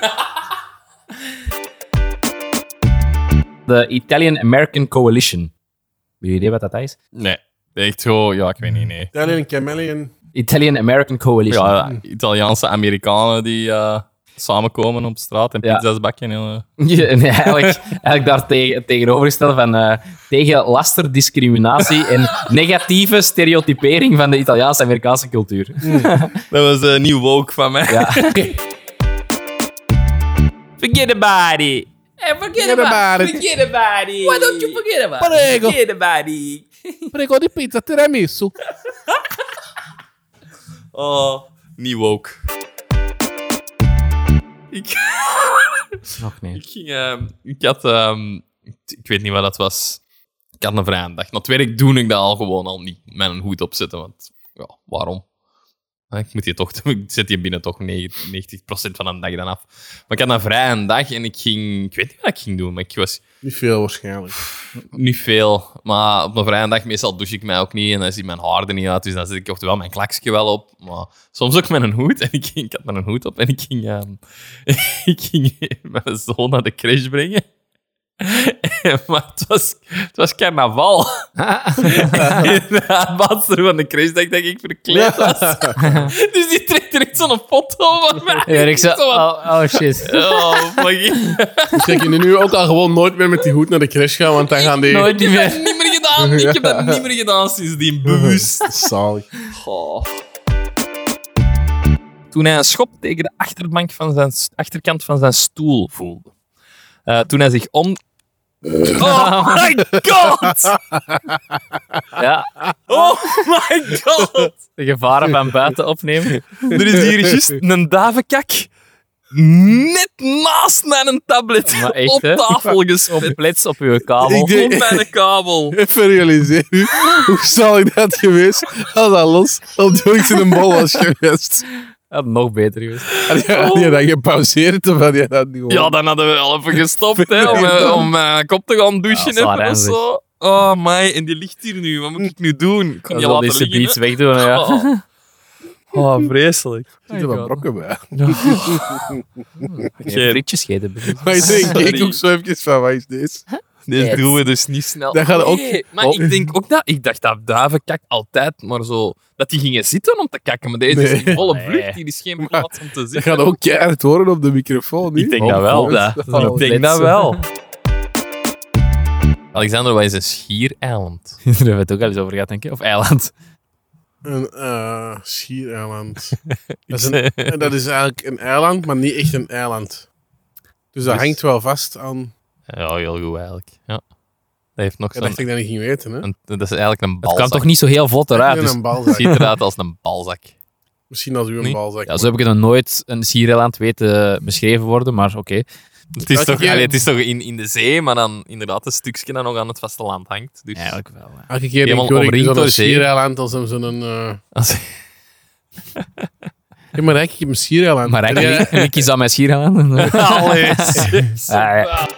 De Italian American Coalition. Hebben jullie idee wat dat is?
Nee. Echt gewoon, ja, ik weet niet, nee.
Italian Chameleon.
Italian American Coalition.
Ja, Italiaanse Amerikanen die eh, samenkomen op straat en
Ja.
pizza's bakken. eh. en,
Ja, nee, eigenlijk, eigenlijk daar tegen, het tegenovergestelde van eh, tegen laster, discriminatie en negatieve stereotypering van de Italiaans-Amerikaanse cultuur.
eh, Dat was een nieuw woke van mij.
Ja. Forget about it.
forget,
about it.
Forget about it. Why don't you forget about
Prego.
Forget about it.
Prego di pizza, tiramisu.
Oh, niet woke. Ik,
Nog niet.
ik ging... ehm, ik had... ehm, t- ik weet niet wat dat was. Ik had een vrijdag. Na het werk doe ik dat al gewoon al niet. Met een hoed opzetten, want... Ja, waarom? Hè, Ik, moet hier toch, ik zet hier binnen toch negen- 90% van een dag dan af. Maar ik had een vrije dag en ik ging... Ik weet niet wat ik ging doen, maar ik was...
Niet veel waarschijnlijk.
Niet veel, maar op een vrije dag meestal douche ik mij ook niet en dan ziet mijn haar er niet uit, dus dan zet ik oftewel mijn klakje wel op, maar soms ook met een hoed. En ik, ging, ik had mijn hoed op en ik ging, ehm, ik ging mijn zoon naar de crash brengen. maar het was, het was carnaval. en de aanbadster van de crash dacht dat ik verkleed was. dus die trekt direct zo'n foto van mij.
Erik zo,
Ik zo van,
oh, oh shit.
Oh, mag ik?
Dus ik je nu ook al gewoon nooit meer met die hoed naar de crash gaan, want dan gaan die...
Nooit
Ik heb
meer.
dat niet meer gedaan. Ik heb dat niet meer gedaan sindsdien, bewust.
Zalig.
toen hij een schop tegen de achterbank van zijn, achterkant van zijn stoel voelde. Eh, toen hij zich om... Oh my god!
Ja,
Oh my god!
de gevaren van buiten opnemen.
Er is hier juist een davenkak net naast mijn tablet
Maar echt,
op
hè?
tafel gespit.
Blits op uw kabel.
Ik denk-
Op mijn kabel.
Even realiseer u hoe zalig dat geweest als dat los op de hoogte een bol was geweest.
Dat had nog beter geweest.
Had je, had je dat gepauzeerd of had je dat niet gehoord?
Ja, dan hadden we wel even gestopt hè, om, eh, om eh, kop te gaan
Ja, dat is
douchen even
waar,
of
hè, zeg.
zo. Oh my, en die ligt hier nu. Wat moet ik nu doen? Ik kan
Dat
die
zal
laten
deze
liggen.
beats
hè.
wegdoen. Ja.
Oh. oh, vreselijk.
Er zitten wat brokken bij.
Geen frietjes gegeten.
Maar ik denk, ik keek
Sorry.
ook zo eventjes van, wat is dit?
Dit doen we dus niet snel.
Dat gaat ook- Oh,
Nee, maar ik denk ook dat... Ik dacht dat duivenkak altijd maar zo... Dat die gingen zitten om te kakken. Maar deze is in volle
Eh.
vlucht. Hier is geen plaats om te
Dat
zitten.
gaat ook keihard horen op de microfoon, niet? Oh,
denk dat wel.
Ik denk dat
wel. Alexander, wat is een schiereiland?
Daar hebben we het ook al eens over gehad, denk ik. Of eiland.
Een eh, schiereiland. dat, is een- en dat is eigenlijk een eiland, maar niet echt een eiland. Dus dat hangt wel vast aan...
Ja, heel goed eigenlijk. Ja. Dat heeft nog
Ik
zo'n...
dacht dat ik dat niet ging weten, hè?
een- Dat is eigenlijk een
Het
balzak.
kwam toch niet zo heel vlot eruit.
En
Dus.
een balzak.
Het ziet eruit als een balzak.
Misschien als u een
Nee.
balzak.
Ja, zo heb ik het nog nooit een Schiereiland weten beschreven worden, maar oké.
Het is
Elke
toch,
keer-
allee, het is toch in, in de zee, maar dan inderdaad een stukje dat nog aan het vasteland hangt. Dus...
Eigenlijk wel. ja.
Elke keer denk
Helemaal
ik, hoor ik
omringd
zo'n
door zee.
schiereiland als een zo'n... eh
Als-
Ja, maar eigenlijk, ik heb een schiereiland.
Maar
Ken jij-
eigenlijk, ik kies aan mijn Schiereiland.
Allee,
Ah, ja.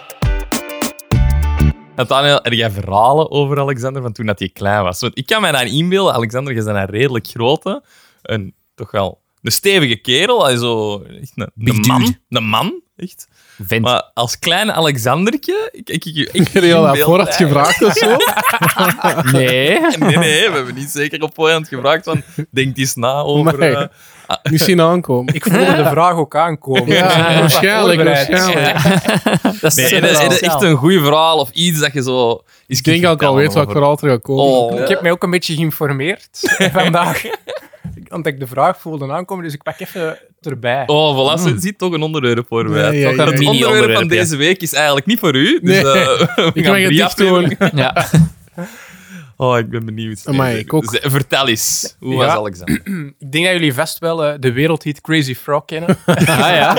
Nathaniel, heb jij verhalen over Alexander van toen dat hij klein was? Want ik kan mij dan inbeelden, Alexander, je bent een redelijk grote, een, toch wel een stevige kerel, hij is zo, echt een, een man, een man, echt.
Vent.
Maar als klein Alexandertje, ik, ik, ik, ik
Ken jij al dat
inbeeld-
voorhand gevraagd of zo?
Nee.
Nee, nee, we hebben niet zeker op voorhand gevraagd van, denk eens na over...
Nee.
eh,
Misschien aankomen.
Ik voelde de vraag ook aankomen.
Ja, waarschijnlijk,
Voorbereid.
waarschijnlijk.
Dat is
nee,
zo
en dat is
wel.
echt een goed verhaal of iets dat je zo...
Ik denk dat ik al weet wat ik vooral terug ga komen.
Oh,
Ik heb mij ook een beetje geïnformeerd vandaag. Want ik de vraag voelde aankomen, dus ik pak even erbij.
Oh, voilà, ze ziet toch een onderwerp voor mij.
Nee, Hmm. ja,
Toch,
ja,
Het
ja.
onderwerp van
Mini-onderwerp, ja.
deze week is eigenlijk niet voor u. Dus,
Nee.
eh, we
Ik
gaan
mag het
drie
dicht doen.
afleveringen-
Ja.
Oh, ik ben benieuwd.
Amai, ik ook.
Z- vertel eens, hoe
Ja.
was Alexander?
Ik denk dat jullie vast wel eh, de wereldhit Crazy Frog kennen.
Ah, ja.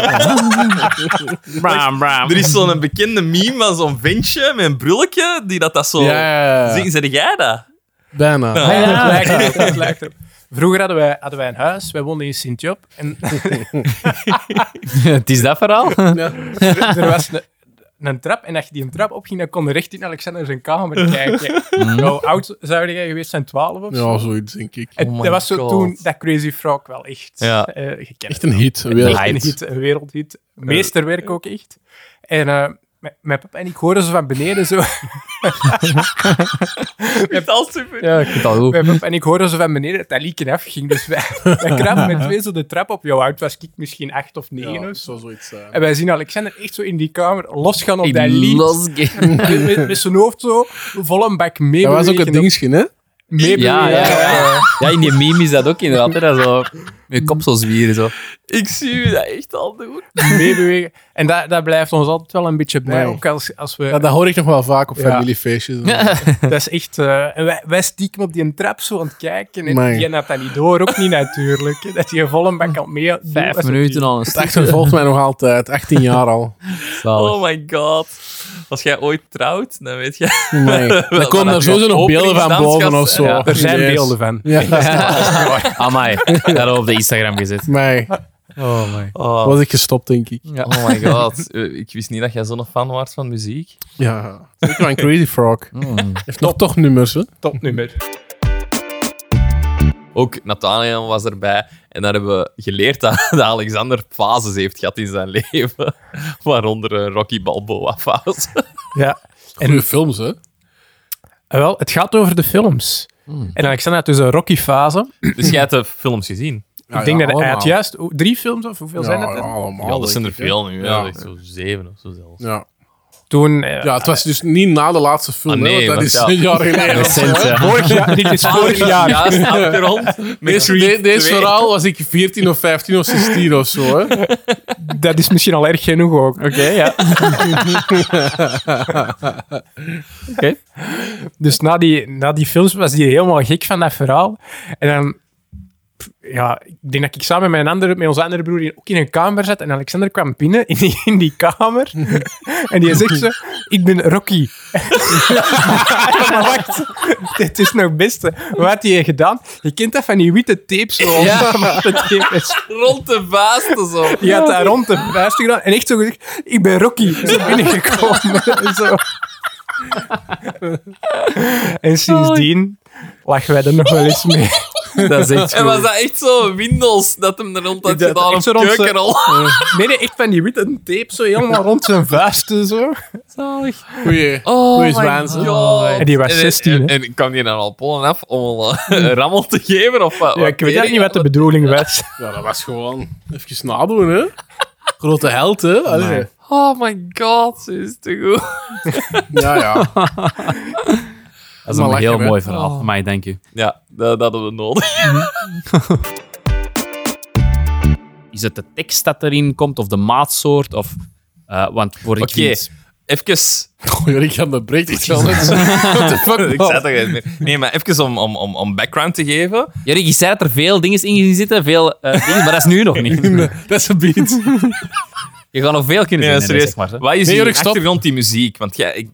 Braam, braam.
Er is zo'n bekende meme van zo'n ventje met een brulletje die dat, dat zo...
Ja,
Zeg, zeg jij dat?
bijna.
Ah, ja, het lijkt erop, het lijkt erop. Vroeger hadden wij, hadden wij een huis, wij woonden in Sint-Job. En
Het is dat verhaal?
er was een, een trap. En als je die trap opging, dan kon je recht in Alexander zijn kamer kijken. Hoe oud zou jij geweest zijn? 12 of zo?
Ja, zoiets denk ik.
Het-
Oh my
dat was zo
God.
toen dat Crazy Frog wel echt
Ja.
eh, gekend
Echt een hit. een wereld-
Echt een hit, een wereldhit. Meesterwerk ook echt. En eh, m- mijn papa en ik horen ze van beneden zo.
Ja, ik vind het al goed.
Mijn papa en ik horen ze van beneden dat dat liedje afging. Dus wij, wij krabben met twee zo de trap op. Jouw oud was ik misschien acht of negen
Ja,
of
het
zo.
zou zoiets zijn.
En wij zien Alexander echt zo in die kamer losgaan op dat lied. Met, met- met zijn hoofd zo vol een bak mee.
Dat was ook het dingetje, hè?
Ja, ja, ja. ja, in die meme is dat ook inderdaad. Hè, dat zo, met je kop zo zwieren. Zo.
Ik zie u dat echt al doen.
meebewegen. En dat, dat blijft ons altijd wel een beetje bij.
Nee.
Ook als, als we...
Ja, dat hoor ik nog wel vaak op
Ja.
familiefeestjes.
Dat is echt... eh, en wij, wij stiekem op die trap zo aan het kijken. En
Amai.
die had dat niet door, ook niet natuurlijk. Dat je vol een bak al mee...
Vijf minuten al een
Het achtervolgt mij nog altijd, 18 jaar al.
zalig.
Oh my god. Als jij ooit trouwt, dan weet jij.
Nee. Dan komen er sowieso nog beelden van boven of zo.
Ja.
Er zijn
Yes.
beelden van.
Ja,
Amai, daarop op de Instagram gezet.
nee.
Oh my,
Oh,
Was ik gestopt, denk ik.
Oh my god. Eh, Ik wist niet dat jij zo'n fan was van muziek.
Ja. Zeker van Crazy Frog. Heeft nog toch nummers, hè?
Topnummer.
Ook Nathaniel was erbij. En daar hebben we geleerd dat, dat Alexander fases heeft gehad in zijn leven. Waaronder een Rocky Balboa-fase.
Ja.
Goeie films, hè?
En wel, het gaat over de films.
Hmm.
En Alexander had dus een Rocky-fase.
Ah,
Dus jij hebt de films gezien?
ik denk dat hij had juist hoe- drie films of hoeveel zijn het?
Ja, allemaal,
Ja, dat zijn er
denk ik, hè.
veel nu.
Ja.
Ja. Echt zo zeven of zo zelfs.
Ja.
Toen... eh,
ja, het was dus niet na de laatste film,
Ah,
hè,
nee,
want dat
want
is
ja.
een jaar geleden.
Recent, ja.
vorig jaar, dit is vorig jaar.
Juist achtergrond.
Deze, de- deze verhaal was ik 14 of 15 of 16 of zo. Hè.
Dat is misschien al erg genoeg ook. Oké, ja. Oké. Dus na die, na die films was hij helemaal gek van dat verhaal. En dan... pff, Ja, ik denk dat ik samen met, mijn andere, met onze andere broer in- ook in een kamer zat. En Alexander kwam binnen in die, in die kamer. En die zegt zo, ik ben Rocky. maar wacht, dit is nog het beste. Wat had hij gedaan? Je kent dat van die witte tape zo. Ja. tape is
Rond de vuisten zo.
die had daar rond de vuisten gedaan en echt zo gezegd, ik ben Rocky. Zo binnengekomen. zo. En sindsdien lachen wij er nog wel eens mee.
dat is echt
En was
goed.
dat echt zo Windows dat hem er rond had
Dat
gedaan
echt
op
zo rond zijn-
keukenrol?
Nee, nee, echt van die witte tape zo helemaal rond zijn vuisten. Zo.
Goeie, goeie zwaan, ze.
Oh God.
En die was
En-
16,
En,
hè?
en, kwam die dan al pollen af om een eh, rammel te geven? Of, wat?
Ja, ik weet eigenlijk niet wat de bedoeling was.
Hmm.
Ja, dat was gewoon even nadoen, hè. Grote held, hè. Allee.
Oh my god, ze is te goed.
Ja, ja.
Dat is een
Maar
heel
lekker,
mooi verhaal. Amai, dank u.
Ja, dat, dat hadden we nodig.
Is het de tekst dat erin komt of de maatsoort? Of, eh, want voor ik
Oké.
vind-
Even...
Goh, Jorik gaat me breekt echt wel net. What the fuck,
Ik zei het er niet. Nee, maar even om, om, om, om background te geven.
Jurk, je zei dat er veel dingen in zitten, veel eh, dingen, maar dat is nu nog niet.
man? Dat is een beat.
Je gaat nog veel kunnen
Nee,
vinden,
Eh, serieus.
zeg maar. hè.
Wat is
Nee,
hier
Jorik, stop.
achtergrond die muziek? Want jij, ik,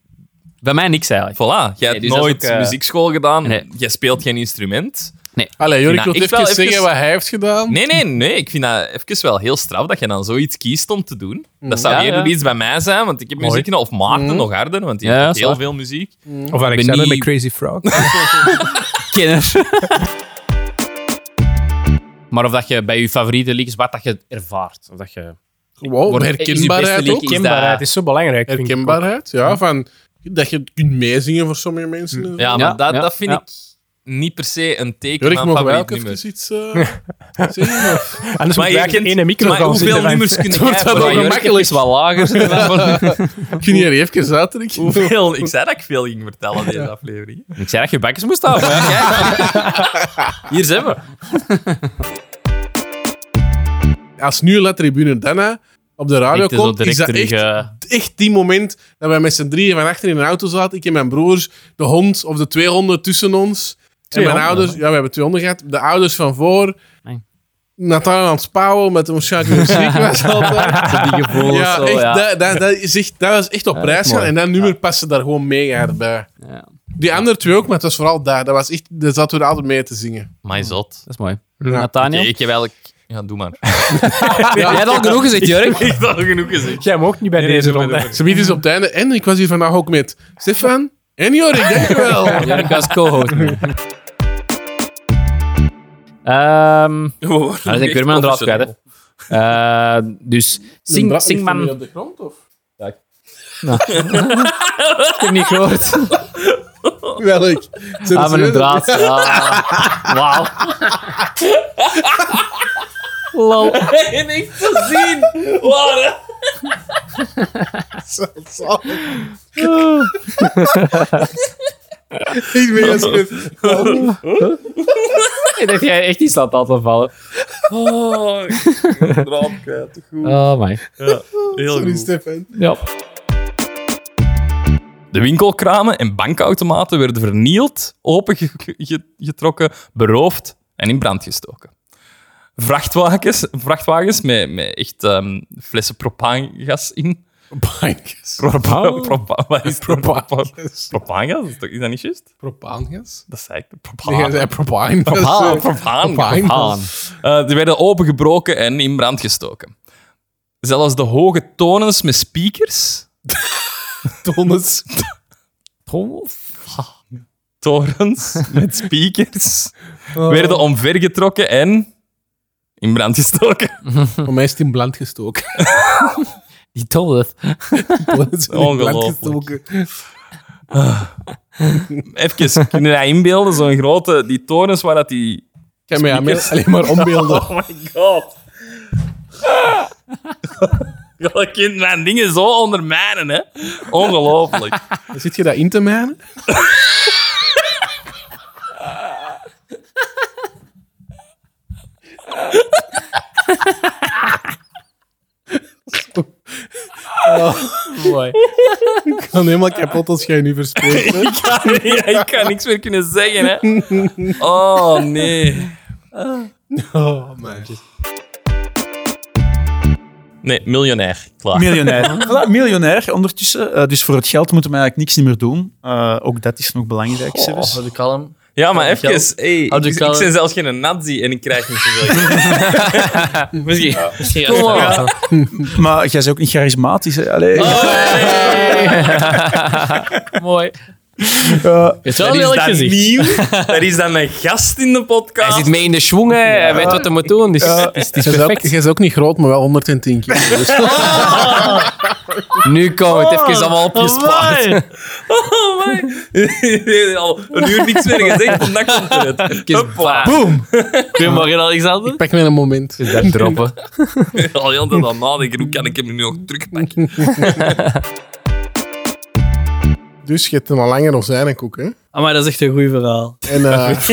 Bij mij niks eigenlijk.
voilà, jij hebt
dus dat is
nooit
ook, eh,
muziekschool gedaan.
nee.
Jij speelt geen instrument.
Allee, Jorik
Nou,
Ja,
wil
ik
even
wel
zeggen
even-
wat hij heeft gedaan.
Nee, nee, nee. Ik vind dat even wel heel straf dat je dan zoiets kiest om te doen. Dat zou
Mm. Ja,
eerder
ja. Mm.
iets bij mij zijn, want ik heb muziek nog. Of Maarten nog harder, want die
Ja,
heeft
is
heel
waar.
veel muziek.
Of
ben
Alexander
niet-
met Crazy Frog.
kenner. maar of dat je bij je favoriete liedjes, wat dat je ervaart. Of dat je...
Wow,
Wordt-
herkenbaarheid
is uw
ook.
beste liedje-
Herkenbaarheid is zo belangrijk. vind ik ook.
Herkenbaarheid, ja. Van, dat je het kunt meezingen voor sommige mensen. en zo.
Ja, maar
Ja,
dat,
ja,
dat vind
ja.
ik niet per se een teken
Jorik,
van
mogen wij
favoriet
ook
nummer.
even iets eh, zeggen? Of?
Anders
Maar
moet
je
je
kent-
in één microfoon
Maar hoeveel
zitten van-
nummers kun jij
dat
voor
ook
Jorik?
gemakkelijk.
Het is wel lager.
Kun je hier even uit, Rick?
hoeveel? Ik zei dat ik veel ging vertellen in deze aflevering.
Ik zei dat je bakkers moest houden. maar ja, kijk. Hier zijn we.
Als nu La Tribune Dana op de radio
Ik zo
komt, nou, is dat
terug,
echt,
eh,
echt die moment dat wij met z'n drieën van achter in een auto zaten. Ik en mijn broer, de hond of de twee honden tussen ons. en mijn ouders, ja, we hebben twee honden gehad. De ouders van voor.
Nee.
Nathan aan het spouwen met een schuitje muziek was altijd.
die gevoelens.
Ja,
zo,
echt,
ja.
Dat, dat, dat is echt, dat was echt op prijs gaan. En dat nummer paste daar gewoon mega hard bij.
Ja.
Die andere twee ook, maar het was vooral daar. Dat was echt, daar zaten we er altijd mee te zingen.
Maar zot.
Dat is mooi.
Ja.
Nathaniel?
ik heb eigenlijk... Ja, doe maar.
Jij hebt al genoeg gezegd, Jurk.
Ik heb al genoeg gezegd.
Jij mag niet bij deze ronde.
Semiet is op het einde en ik was hier vandaag ook met Stefan en Jorik, dankjewel.
Jurk was co-host. Ehm dan ben ik weer mijn draad kwijt. Hè. Eh, dus Sing, Singman...
de grond, of?
Ik heb niet gehoord.
Welk?
Ah, met een draad. Ah, Wauw. Lol.
En ik te zien. Wow.
Ik ben gespeeld.
Ik dacht jij echt iets laat laten vallen.
Oh, ik ben een draad kwijt. Goed.
Oh my.
Heel
Sorry,
goed.
Stefan.
Ja.
De winkelkramen en bankautomaten werden vernield, opengetrokken, beroofd en in brand gestoken. Vrachtwagens, vrachtwagens met, met echt ehm, flessen propaangas in.
Bankjes.
Propaan? Wat is dat? Propaangas? Propaangas? Is dat- Is dat niet juist?
Propaangas?
Dat zei ik. Propaan.
Nee, hij zei propaan.
Propaan.
Dat is, eh,
Propaan.
propaan.
Aan.
Eh, die werden opengebroken en in brand gestoken. Zelfs de hoge tonens met speakers. tonens. Torens met speakers werden omvergetrokken en in brand gestoken.
Voor mij is het in brand gestoken.
Die told het.
Het is in brand
Ongelooflijk.
gestoken.
Even, kun je dat dus inbeelden? Zo'n grote, die torens waar dat die...
Ik kan mij aan mij alleen maar ombeelden.
Oh my god. Je kunt mijn dingen zo ondermijnen, hè. Ongelooflijk.
Zit je daar in te mijnen?
Mooi.
Ik kan helemaal kapot als jij nu verspreekt. hè.
Ja, ik kan niks meer kunnen zeggen, hè. Oh, nee.
Oh, man.
Nee, miljonair. Klaar.
Miljonair. Voilà, miljonair ondertussen. Eh, dus voor het geld moeten we eigenlijk niks niet meer doen. Eh, ook dat is nog belangrijk. zelfs.
Houd je kalm.
ja, maar
Houd je
even. Hey,
Houd je
ik, ik
kalm.
ben zelfs geen nazi en ik krijg niet zoveel.
Misschien. Misschien.
Kom op.
Maar jij bent ook niet charismatisch. Hè? Allee.
Mooi.
Ja.
Het is wel een lelijk gezicht.
nieuw. Dat is dan een gast in de
Hij
podcast.
zit mee in de schwongen, hij weet wat hij moet doen. Dus het is, het is
Jij is, ook,
perfect.
jij is ook niet groot, maar wel 110 kilo. Dus
Nu komen we het even allemaal opgespaard.
Oh my. Al een uur niks meer gezegd, een nacht komt het. Hoppa.
Goedemorgen, Alexander.
pak mij een moment.
Dus daar droppen.
Al heel de tijd aan nadenken, hoe kan ik hem nu nog terugpakken?
Dus je hebt een langer rozijnenkoek, hè?
Maar dat is echt een goed verhaal.
En, eh,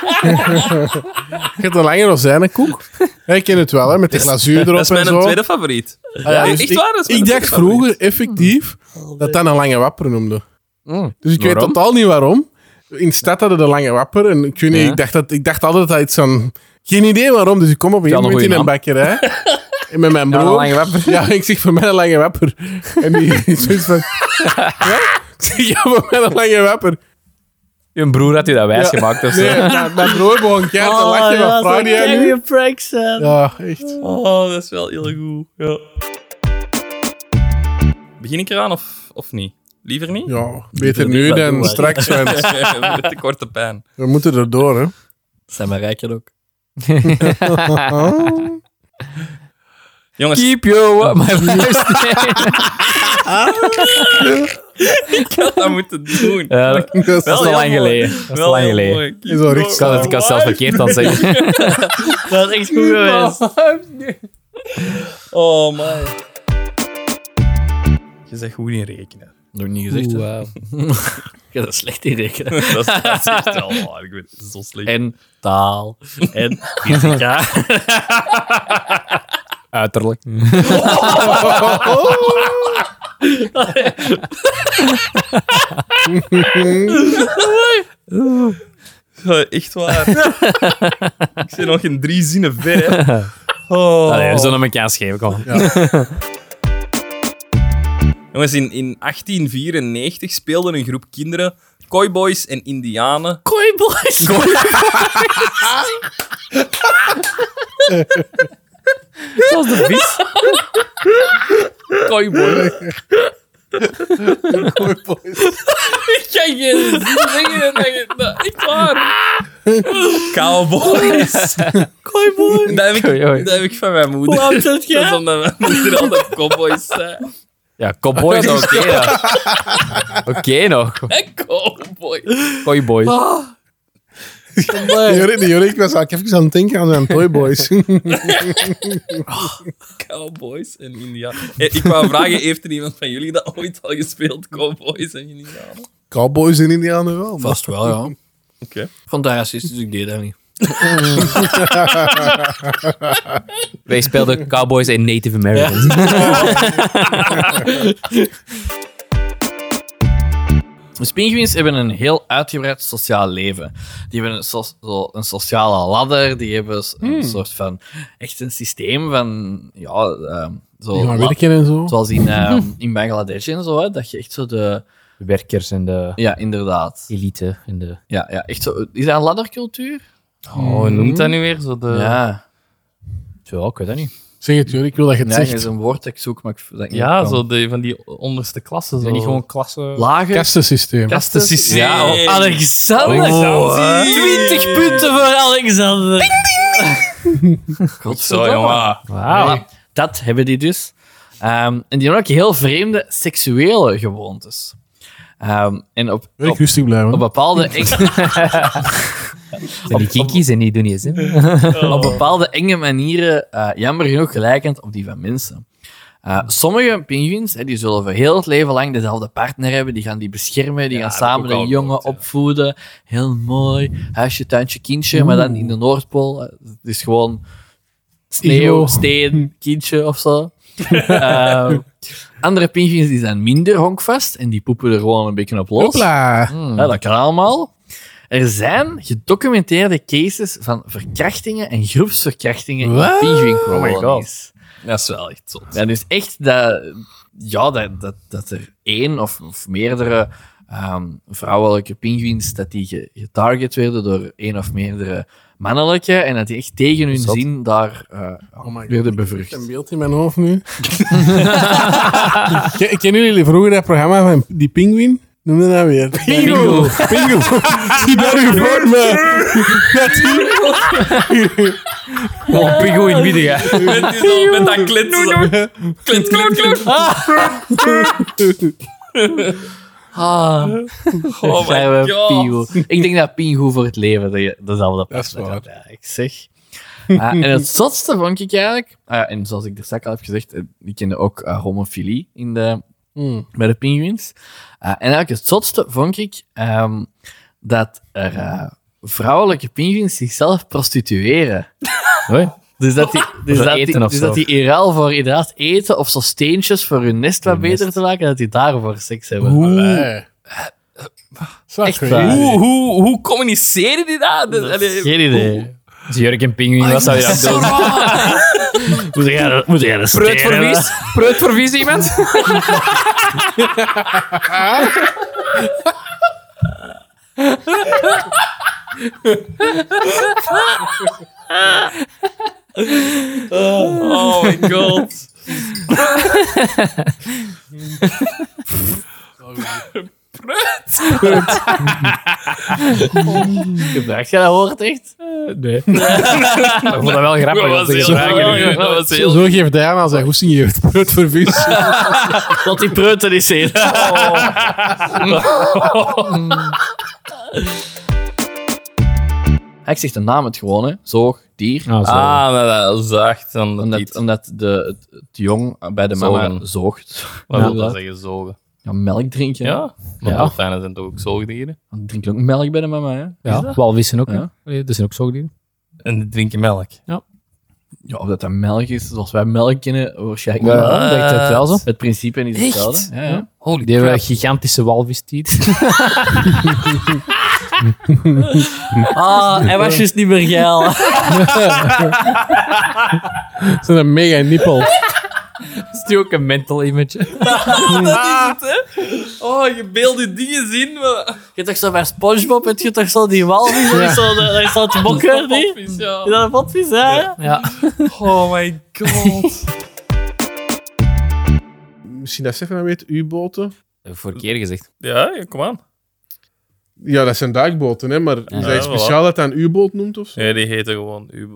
je hebt een lange rozijnenkoek. Ja, ik ken het wel, hè, met de glazuur erop
Dat is
en
mijn
zo.
tweede favoriet.
Ah, ja, dus
echt
ik,
waar, dat is mijn
ik dacht
tweede favoriet.
vroeger effectief dat dat een lange wapper noemde.
Mm.
Dus ik weet
Waarom?
totaal niet waarom. In de stad hadden de lange wapper en ik, weet niet, ik, dacht dat, ik dacht altijd dat iets van... Geen idee waarom, dus ik kom op een
Ja, een
gegeven moment in
goeie
een bakkerij. En met mijn broer.
een lange wapper.
Ja, ik zeg voor mij een lange wapper. En die is zoiets van... Ja? Ik zeg ja, voor mij een lange wapper.
Je broer had je dat wijsgemaakt of zo.
Nee, mijn, mijn broer begon keihard te lachen. wat vraag die aan u?
een prank zijn.
Ja, echt.
Oh, dat is wel heel goed. Ja. Begin ik eraan of, of niet? Liever niet?
Ja, beter nu dan straks. want
Met de korte pijn.
We moeten erdoor, hè.
Zijn maar rijken ook.
Jongens,
Keep you up, my first name.
ik had dat moeten doen.
Eh, dat
Dat is
Wel
is al
heel
lang
mooi.
geleden. Dat is
Wel
al lang
heel
geleden.
mooi.
is wel
Oh,
richtig.
Ik had het ik had het zelf verkeerd dan zeggen.
Dat is echt goed geweest.
Oh my. Je zegt goed in rekenen.
Nog niet gezegd. hè? Ik heb dat slecht in rekenen.
dat, is, dat is echt wel waar. Ik weet het is zo slecht.
En taal. En fysica.
Uiterlijk.
Eh, echt waar. ik zit nog in drie zinnen ver. hè. Oh.
Allee, we zullen elkaar scheven komen.
Jongens, in, in 1894 speelden een groep kinderen, cowboys en indianen...
Koi boys.
Zoals de vis. Kooiboy. Ik kan geen zin zeggen. dat je- dat- Echt waar.
Cowboys.
Kooiboy.
Dat heb, ik,
Oei, oei.
dat heb ik van mijn moeder.
Hoe oud zit
Dat is
jij?
omdat mijn moeder altijd cowboys zei.
Ja, cowboy is oké. ja. Oké nog.
En cowboy.
Cowboy.
Jorik, Jorik was eigenlijk even aan het denken aan zijn Toyboys.
Cowboys en Indianen. Eh, Ik wou vragen, heeft er iemand van jullie dat ooit al gespeeld? Cowboys en Indianen?
Cowboys in Indianen wel. maar-
Vast wel, ja.
Oké.
Ik vond dat racistisch, dus ik deed dat niet.
Wij speelden Cowboys en Native Americans.
Dus pinguïns hebben een heel uitgebreid sociaal leven. Die hebben een, so- zo- een sociale ladder, die hebben s-
Hmm.
een soort van... Echt een systeem van... Ja, ehm, zo,
Ja,
la-
werken en zo.
zoals in, ehm, in Bangladesh en zo, hè, dat je echt zo de...
De werkers en de
Ja, inderdaad.
elite. En de...
Ja, ja, echt zo, is dat een laddercultuur?
Oh, hoe noemt dat nu weer? Zo de...
ja.
Zo, ik weet dat niet.
Zeg het, Jorik, ik wil dat je het
Ja, dat
zegt.
is een woord dat ik zoek, maar ik dat ik niet
Ja,
kan.
zo de, van die onderste klassen. Zo.
Zijn die gewoon klassen?
Lager...
Kastensysteem.
Kastensysteem.
Ja, oh, Alexander!
Oh, hè?
20 punten voor Alexander!
Zo, jongen.
Ja, Ah, dat hebben die dus. Ehm, en die hebben ook heel vreemde seksuele gewoontes. Ehm, en op,
Jorik,
op,
rustig blijven.
op bepaalde enge,
Zijn die kinkies en die doen niet zin?
op bepaalde enge manieren eh, jammer genoeg gelijkend op die van mensen. Eh, sommige pinguïns hè, die zullen voor heel het leven lang dezelfde partner hebben. Die gaan die beschermen, die gaan samen een jongen opvoeden. Heel mooi. Huisje, tuintje, kindje. Maar dan in de Noordpool. eh, het is gewoon sneeuw,
Ijo.
steen, kindje of zo. Ehm, andere pinguïns die zijn minder honkvast en die poepen er gewoon een beetje op los. Hmm.
Hopla.
Ja, dat kan allemaal. Er zijn gedocumenteerde cases van verkrachtingen en groepsverkrachtingen in
Wat?
pinguïnkolonies.
Oh Dat is wel echt zot.
ja, dus echt dat, ja, dat, dat, dat er één of, of meerdere ehm, vrouwelijke pinguïns dat die ge- getarget werden door één of meerdere mannelijke en dat die echt tegen hun zin daar eh
Oh
werden
Ik heb
bevrucht.
een beeld in mijn hoofd nu. Ken- Kennen jullie vroeger dat programma van die pinguïn? Noem dat nou weer. Pingo! Pingo! Die bergen voor me!
Oh, Pigo in het midden, ja.
Met, die zo, met dat kletsen. zo. Klet, klet, klet.
Ah,
Oh
zijn
my
we
god.
Pingu. Ik denk dat Pingu voor het leven de, dezelfde
Dat is waar.
Ik zeg. Ah, en het zotste vond ik eigenlijk, ah, en zoals ik de straks al heb gezegd, eh, ik kende ook eh, homofilie in de,
Hmm.
bij de pinguïns. Ah, en eigenlijk het zotste vond ik ehm, dat er eh, vrouwelijke pinguïns zichzelf prostitueren.
Hoi.
Dus dat die, dus
Voor
dat
eten
die,
of
dus
zo.
dat die in ruil voor inderdaad eten of zo steentjes voor hun nest wat beter te maken, dat die daarvoor seks hebben.
Oeh. Echt
waar.
Hoe, hoe, hoe communiceren die dat? Dat- allee,
Geen
Oh,
idee.
Jurk en Pinguïn, wat zou je dat doen?
Moet jij, moet jij dat
Preut voor vies? Preut voor vies, iemand?
Oh my god.
Dacht jij dat hoort echt?
Nee. Ik vond dat wel grappig.
Dat was
want ik-
heel raar. Dat was
Zo,
heel
zo geeft Diana zijn hoesting geeft. Brood voor vis.
Dat die preuten is in. Ah, Ik zeg de naam het gewoon, hè. Zoog, dier.
Ah, zo.
Ah, dat dat zacht. Dan dat
omdat
niet.
omdat de, het, het jong bij de mama
Zogen.
zoogt.
Wat wil dat
dat-
zeggen? Zogen.
Ja, melk drinken.
Ja? Maar
Ja.
dolfijnen zijn toch ook zoogdieren?
Want die drinken ook melk bij de mama, hè.
Ja, walvissen ook. hè.
Ja.
Allee, Dat zijn ook zoogdieren.
En die drinken melk.
Ja, of dat dat melk is, zoals wij melk kennen, oh, waarschijnlijk
Ja,
niet.
ik denk dat wel zo.
Het principe is hetzelfde. Ja, ja.
Holy
Die
crap.
hebben gigantische walvistiet.
Ah, hij was juist niet meer geil.
Dat is een mega nippel.
Is die ook een mental image?
Oh, je beeld die dingen zien. maar-
Je hebt toch zo bij SpongeBob, heb je toch zo die walvis, ja. zo, daar daar is zo te bokken, die? Is dat een potvis, ja? ja.
Ja.
Oh my god.
Misschien dat Stefan dat weet, U-boten.
Eh, Vorige keer gezegd.
Ja, ja, kom aan.
Ja, dat zijn duikboten, hè, maar is
Ja,
dat iets speciaal dat hij een U-boot noemt? Of zo?
Nee, die heten gewoon u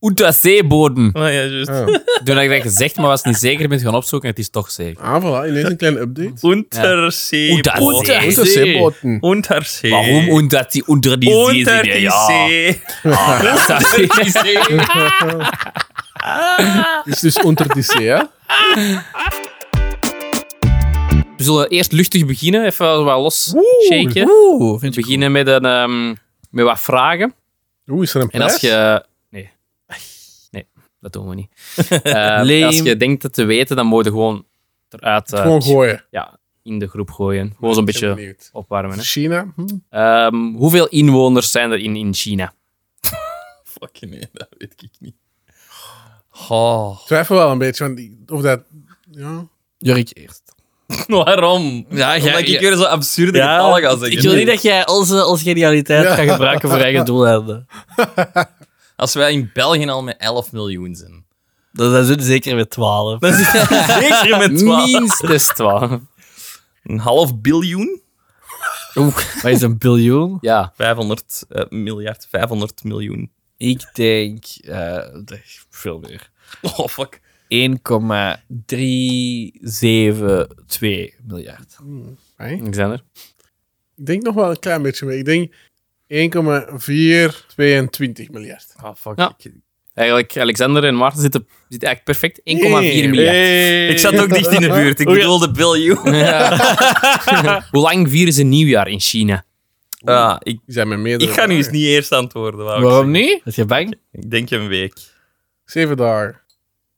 Oeta zeebodem.
Ah, ja, juist.
Ah.
Toen had ik dat gezegd, maar was niet zeker, ben gaan opzoeken. Het is toch zeker.
Ah, voilà, ineens een kleine update.
Untersee.
Oeta
Untersee.
zee.
Unterzeeboten.
Untersee.
Waarom omdat die onder die zee
Unter
zitten?
die
Ja.
zee.
Ah, dat is-
Is dus onder die zee, hè?
We zullen eerst luchtig beginnen, even wat los shaken.
Oeh, vind je goed.
beginnen met, een, ehm, met wat vragen.
Oeh, is er een
En
prijs?
als je... Nee. Nee, dat doen we niet. Eh,
Lame.
als je denkt het te weten, dan moet je gewoon eruit eh,
Gewoon gooien.
ja, in de groep gooien. Gewoon zo'n
Ik ben
beetje
benieuwd.
opwarmen. Hè.
China? Hm?
Ehm, hoeveel inwoners zijn er in, in China?
Fucking nee, dat weet ik niet.
Ik Twijfel wel een beetje, want die- of dat... Ja.
Jurk eerst.
Waarom?
Ja, jij-
Omdat ik
ja.
weer zo absurde
Ja,
getallen ga zeggen.
Ik wil niet dat jij onze, onze genialiteit
Ja.
gaat gebruiken voor eigen doeleinden.
Als wij in België al met 11 miljoen zijn.
Dat dat zit zeker met 12. Dat is
Zeker met 12.
Minstens 12.
Een half biljoen?
Wat is een biljoen?
Ja.
500 eh, miljard, 500 miljoen.
Ik denk eh, dat is veel meer.
Oh, fuck.
1,372 miljard.
Alexander?
Ik denk nog wel een klein beetje mee. Ik denk 1,422 miljard.
Ah, fuck.
Ja.
Ik,
Eigenlijk, Alexander en Maarten zitten, zitten eigenlijk perfect 1,4
Hey.
miljard.
ik zat ook dicht in de buurt. Ik
Oh
bedoelde biljoen.
Hoe lang vieren ze nieuwjaar in China?
Ah, ik,
Die zijn met meerdere...
ik ga nu eens niet eerst antwoorden. wou ik
Waarom
zeggen.
niet? Dat je bang?
Ik denk een week.
Zeven dagen.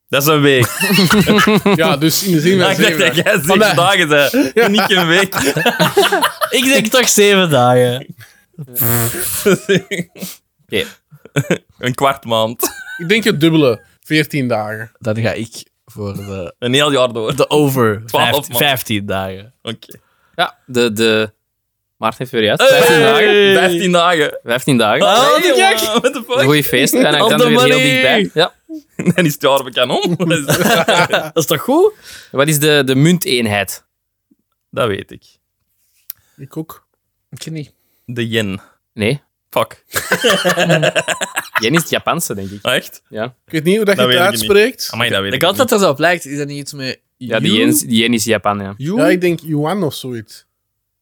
Dat is een week.
Ja, dus in de zin
Ah,
van
ik dacht
zeven
dat
dagen.
jij zeven dagen zei. Niet een week.
Ik denk toch 7 dagen.
Een kwart maand.
Ik denk het dubbele. 14 dagen.
Dan ga ik voor de,
Een heel jaar door.
de over.
12
Vijftien-
man.
15 dagen.
Oké.
Ja, de, de... Maarten heeft weer juist. 15 dagen.
15 dagen.
15 dagen.
Oh, die gek. What the
Een
fuck?
goede feest. En Alexander
the
weer heel
money.
dichtbij. Ja.
Dan is het jaar bekend om.
Dat is toch goed?
Wat is de, de munteenheid?
Dat weet ik.
Ik ook.
De yen.
Nee.
Fuck.
Jen is het Japanse, denk ik.
Ah, echt?
Ik weet niet hoe dat,
Dat
je
weet
het
ik
uitspreekt.
Amai, dat weet
De
ik
kans
niet.
dat er zo op lijkt, is dat niet iets met
Ja, die yen, is- die yen is Japan, ja.
you?
Ja, ik denk yuan of zoiets.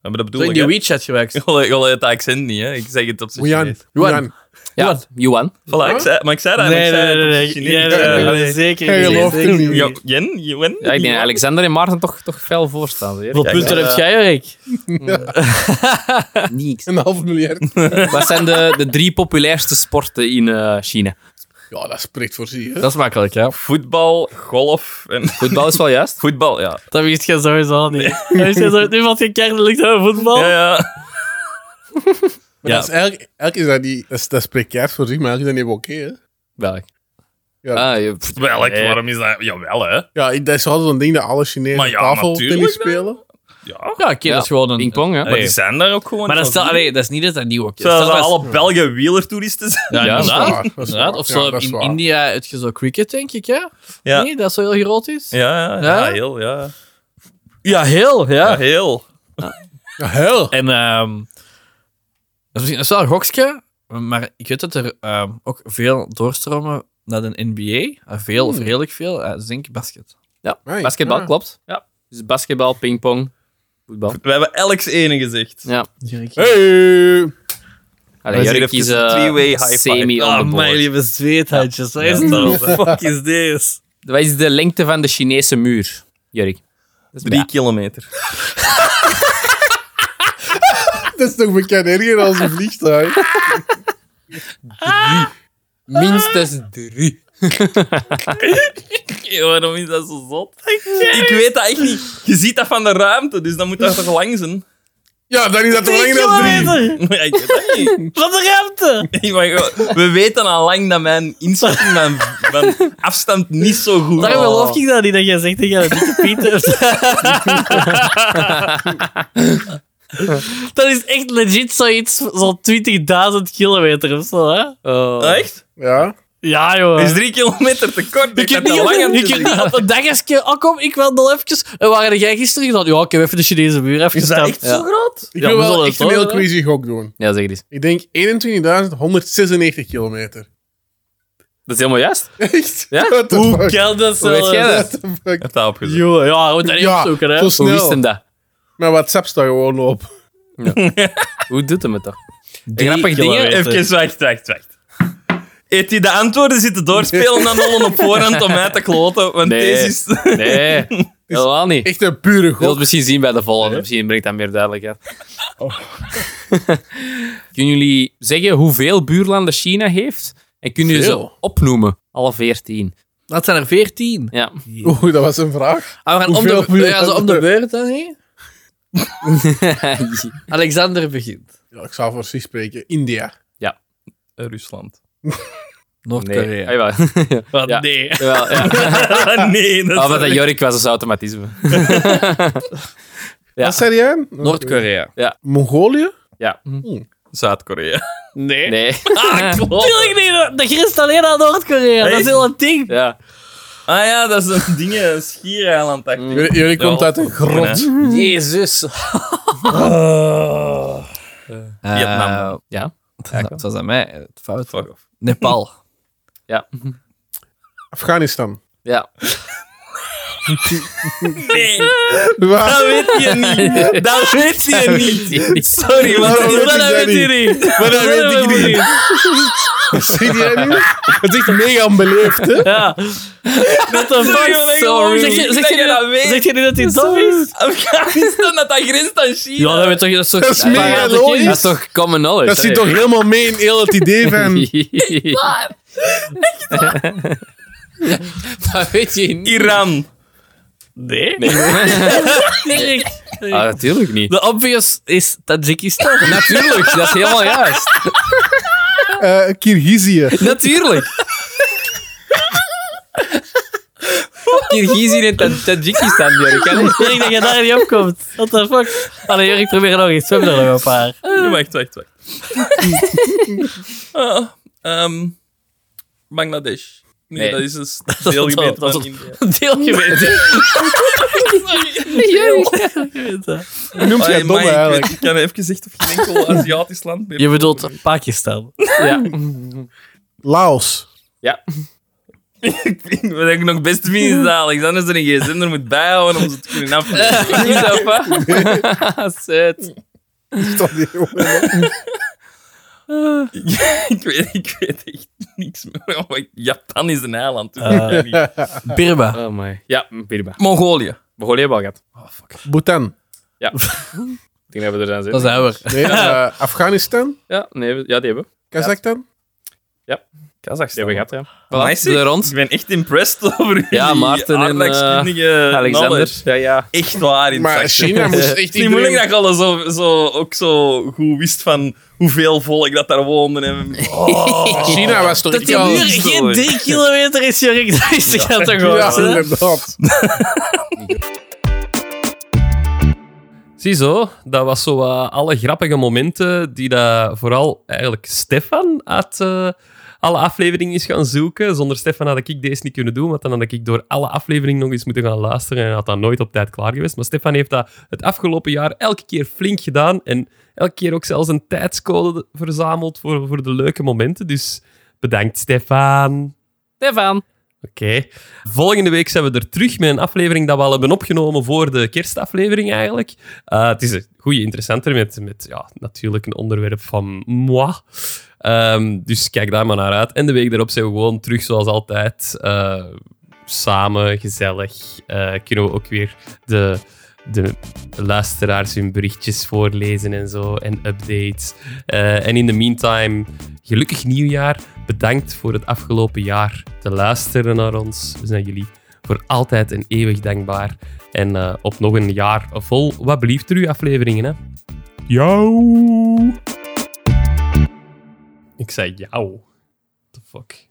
Ja, maar dat bedoel
Zo in die
ik. hè.
WeChat gewerkt.
Ik wil- Ik wil het accent niet, hè. Ik zeg het op zijn
Yuan.
Chinees.
Yuan.
Ja, Yuan.
Voilà, ik zei, maar ik zei dat.
Nee,
ik
nee, nee.
zei het op
nee, nee, nee, nee,
Eh, zijn Chinees. Ja,
nee, zeker
Jij
niet.
gelooft
Zeker
er
niet.
niet.
Ja, yen, yuan.
Ja, ik denk dat Alexander en Maarten toch, toch fel voorstaan. Weer.
Hoeveel punten
Kijk,
heb jij, Erik?
Niks.
Een half miljard.
Wat zijn de, de drie populairste sporten in eh, China?
Ja, dat spreekt voor zich. hè.
Dat is makkelijk, ja.
Voetbal, golf en...
Voetbal is wel juist.
Voetbal, ja.
Dat wist je sowieso niet. Dat wist je sowieso- Nu valt je keihard aan voetbal.
Ja, ja.
Maar dat is eigenlijk, eigenlijk is dat die... Dat, is- dat spreekt keihard voor zich, maar eigenlijk is dat niet oké, hè.
Welk?
Ja.
Ah, je- pff,
Welk,
nee.
waarom is dat... Jawel, hè.
Ja, ik- dat is altijd zo'n ding dat alle Chinezen
Maar
op
ja,
tafel
natuurlijk
tennis spelen.
Ja.
Ja, oké, dat is gewoon een...
Pingpong, ja.
Maar die zijn daar ook gewoon...
Maar dat,
van-
stel, allee, dat is niet dat dat nieuw ook is.
Zouden
Stel
ze
dat-
alle Belgen wielertoeristen zijn?
Ja,
Dat is
inderdaad.
waar, dat is
Inderdaad.
waar.
Of
Ja,
zo
dat is
in
waar.
India heb je zo cricket, denk ik, ja?
Ja.
Nee, dat zo heel groot is.
Ja, ja,
Ja?
ja, heel, ja.
Ja, heel,
Ja, heel.
Ja, heel.
En ehm, dat is misschien dat is wel een gokske, maar ik weet dat er ehm, ook veel doorstromen naar de NBA. Eh, Veel of redelijk veel. eh, dus denk ik basket.
Amai.
Hmm. Basketbal,
Ja.
klopt. Ja. Dus basketbal, pingpong, voetbal.
We hebben elks ene gezegd.
Ja.
Hey!
Allee,
We
Jurk
zien
is
even
eh,
een three-way high five.
semi
Ah,
on the board.
lieve zweethandjes. Wat is
dat?
fuck is dit?
Wat is de lengte van de Chinese muur, Jurk? Dat is
Drie
bij-
kilometer.
Dat is toch bekend erger als een vliegtuig?
Minstens drie.
waarom is dat zo zot? Ik weet dat echt niet. Je ziet dat van de ruimte, dus dan moet dat toch lang zijn?
Ja, dan is dat toch langer dan drie.
Ja, ik weet dat niet.
Wat een ruimte!
Ik mag gewoon- We weten al lang dat mijn inschatting, mijn, mijn afstand niet zo
Oh.
goed
Daarom geloof ik dat niet, dat jij zegt dat jij een dikke Pieter
Dat is echt legit zoiets, zo'n 20.000 kilometer of zo, hè?
Oh. Echt?
Ja.
Ja, joh.
Dat is drie kilometer te kort.
Ik
Ik
heb
heb
niet,
dat lang aan
ik heb niet op een dag eens... ge- Oh, kom, ik wil nog even... En waar heb jij gisteren gedaan? Ja, ik heb even de Chinese muur even
Is dat
gestaan.
echt
Ja.
zo groot?
Ik
Ja,
wil
we
wel
zullen
echt
het
een heel
horen, hè?
crazy gok doen.
Ja, zeg het eens.
Ik denk 21.196 kilometer.
Dat is helemaal juist.
Echt?
Ja?
What the
Hoe
fuck?
kan dat zo?
Hoe weet jij dat?
What the fuck?
heb dat opgezet.
Joh, ja, we moeten dat niet
Ja,
opzoeken, hè.
zo
Hoe wist hem
snel.
dat?
Mijn WhatsApp staat gewoon op.
Hoe doet hem het toch?
Grappig dingen. Even wacht, wacht, wacht. Heeft hij de antwoorden zitten doorspelen dan al op voorhand om mij te kloten? Want
Nee.
deze is...
Nee, helemaal niet. Ik
Echt een pure
wil het
gok.
misschien zien bij de volgende. Misschien brengt dat meer duidelijkheid. kunnen jullie zeggen hoeveel buurlanden China heeft? En kunnen jullie ze opnoemen? Alle veertien.
Dat zijn er 14.
Ja.
Oeh, dat was een vraag.
Ah, we gaan om
Hoeveel
de, we gaan ze om de
buurlanden?
beurt, dan, hè? Alexander begint.
Ja, ik zou voor zich spreken. India.
Rusland.
Nee.
Noord-Korea.
Ah, jawel.
Wat?
Ja.
Nee.
Jawel, ja.
nee, dat
Ah, wat dat Jorik was, is automatisme. Ja.
Wat zei jij?
Noord-Korea.
Mongolië?
Zuid-Korea.
Nee. Nee.
Tuurlijk niet, de grist alleen aan Noord-Korea. Dat is heel een ding.
Ja.
Ah ja, dat is een ding, een schiereiland. dacht ik.
Jullie jullie komt
Ja.
uit een grot.
Jezus.
Vietnam.
Eh,
Ja.
ja, dat was aan mij. Het fout.
Fuck off.
Nepal.
Afghanistan.
Ja.
Nee,
Waar?
dat weet je niet. Dat Nou, weet je niet. Sorry, maar
Waarom
dat,
weet ik dat
weet je niet. Maar dat weet ik niet.
Zie jij nu? Dat is echt mega onbeleefd, hè?
Ja. What the fuck?
Sorry.
Zeg je- Zeg je
Dat je dat
nu-
weet.
zeg je nu dat hij dom is?
Afghanistan, dat dat grenst aan China.
Ja, dat weet toch... Dat is, toch,
Dat is mega logisch.
Dat is toch common knowledge?
Dat zit toch helemaal mee in heel het idee van...
Dat weet je niet.
Iran.
Nee. Erik.
Ah, natuurlijk niet.
De obvious is Tajikistan.
Natuurlijk, dat is helemaal juist.
eh Kirgizië.
Natuurlijk. Kirgizië en Ta- Tajikistan, Jorik. hè?
Ik denk dat je daar niet op komt. What the fuck? Allee, Jurk, probeer nog eens. We hebben er nog een paar.
Ja, wacht, wacht, wacht. Ah, ehm, Bangladesh. Nee,
Nee.
dat is een s- deelgebied
dat is
van
een-
India.
Deelgeweten.
Noemt
Allee,
jij dom
Ah, maar ik
eigenlijk?
weet- Ik kan even zeggen of geen enkel Aziatisch land meer.
Je bedoelt Pakistan.
Laos.
Ik denk ik nog best mis dat Alexander zijn gsm er moet bijhouden om ze te kunnen afleggen. Is dat wat?
Zet.
Dat is gewoon-
ik, weet, ik weet echt niks meer. Oh, maar Japan is een eiland. dus dat weet ik niet.
Birma.
Oh my. Ja, Birba.
Mongolië.
Mongolië hebben we al gehad.
Bhutan.
Ik denk dat we er aan
Dat
zitten.
zijn we er.
Nee, eh, Afghanistan.
Ja, nee, we- ja, die hebben we.
Kazachstan.
Die
Kazachstan.
hebben we gehad, ja.
Amai,
De rond.
Ik ben echt impressed over
Ja,
jullie
Maarten en, eh,
aardrijkskundige
Alexander.
knowledge.
Ja, ja.
Echt waar, in
Maar China moest echt
Het is niet moeilijk dat ik al zo, zo, ook zo goed wist van hoeveel volk dat daar woonde. En...
China was toch
Dat
echt
die
wel...
muur geen drie kilometer is, Jurk, dat is toch ja. toch
Ja,
gewoon. hè?
inderdaad.
Ziezo, dat was zo wat alle grappige momenten die dat vooral eigenlijk Stefan uit eh, alle afleveringen is gaan zoeken. Zonder Stefan had ik deze niet kunnen doen, want dan had ik door alle afleveringen nog eens moeten gaan luisteren en had dat nooit op tijd klaar geweest. Maar Stefan heeft dat het afgelopen jaar elke keer flink gedaan en elke keer ook zelfs een tijdscode verzameld voor, voor de leuke momenten. Dus bedankt Stefan.
Stefan.
Oké. Volgende week zijn we er terug met een aflevering dat we al hebben opgenomen voor de kerstaflevering eigenlijk. Eh, het is een goede interessanter met, met ja, natuurlijk een onderwerp van moi. Ehm, dus kijk daar maar naar uit. En de week daarop zijn we gewoon terug zoals altijd. Eh, samen, gezellig. Eh, kunnen we ook weer de, de luisteraars hun berichtjes voorlezen en zo. En updates. Eh, en in de meantime, gelukkig nieuwjaar. Bedankt voor het afgelopen jaar te luisteren naar ons. We zijn jullie voor altijd en eeuwig dankbaar. En eh, op nog een jaar vol, wat belieft er uw afleveringen, hè? Jou! Ik zei jou. What the fuck?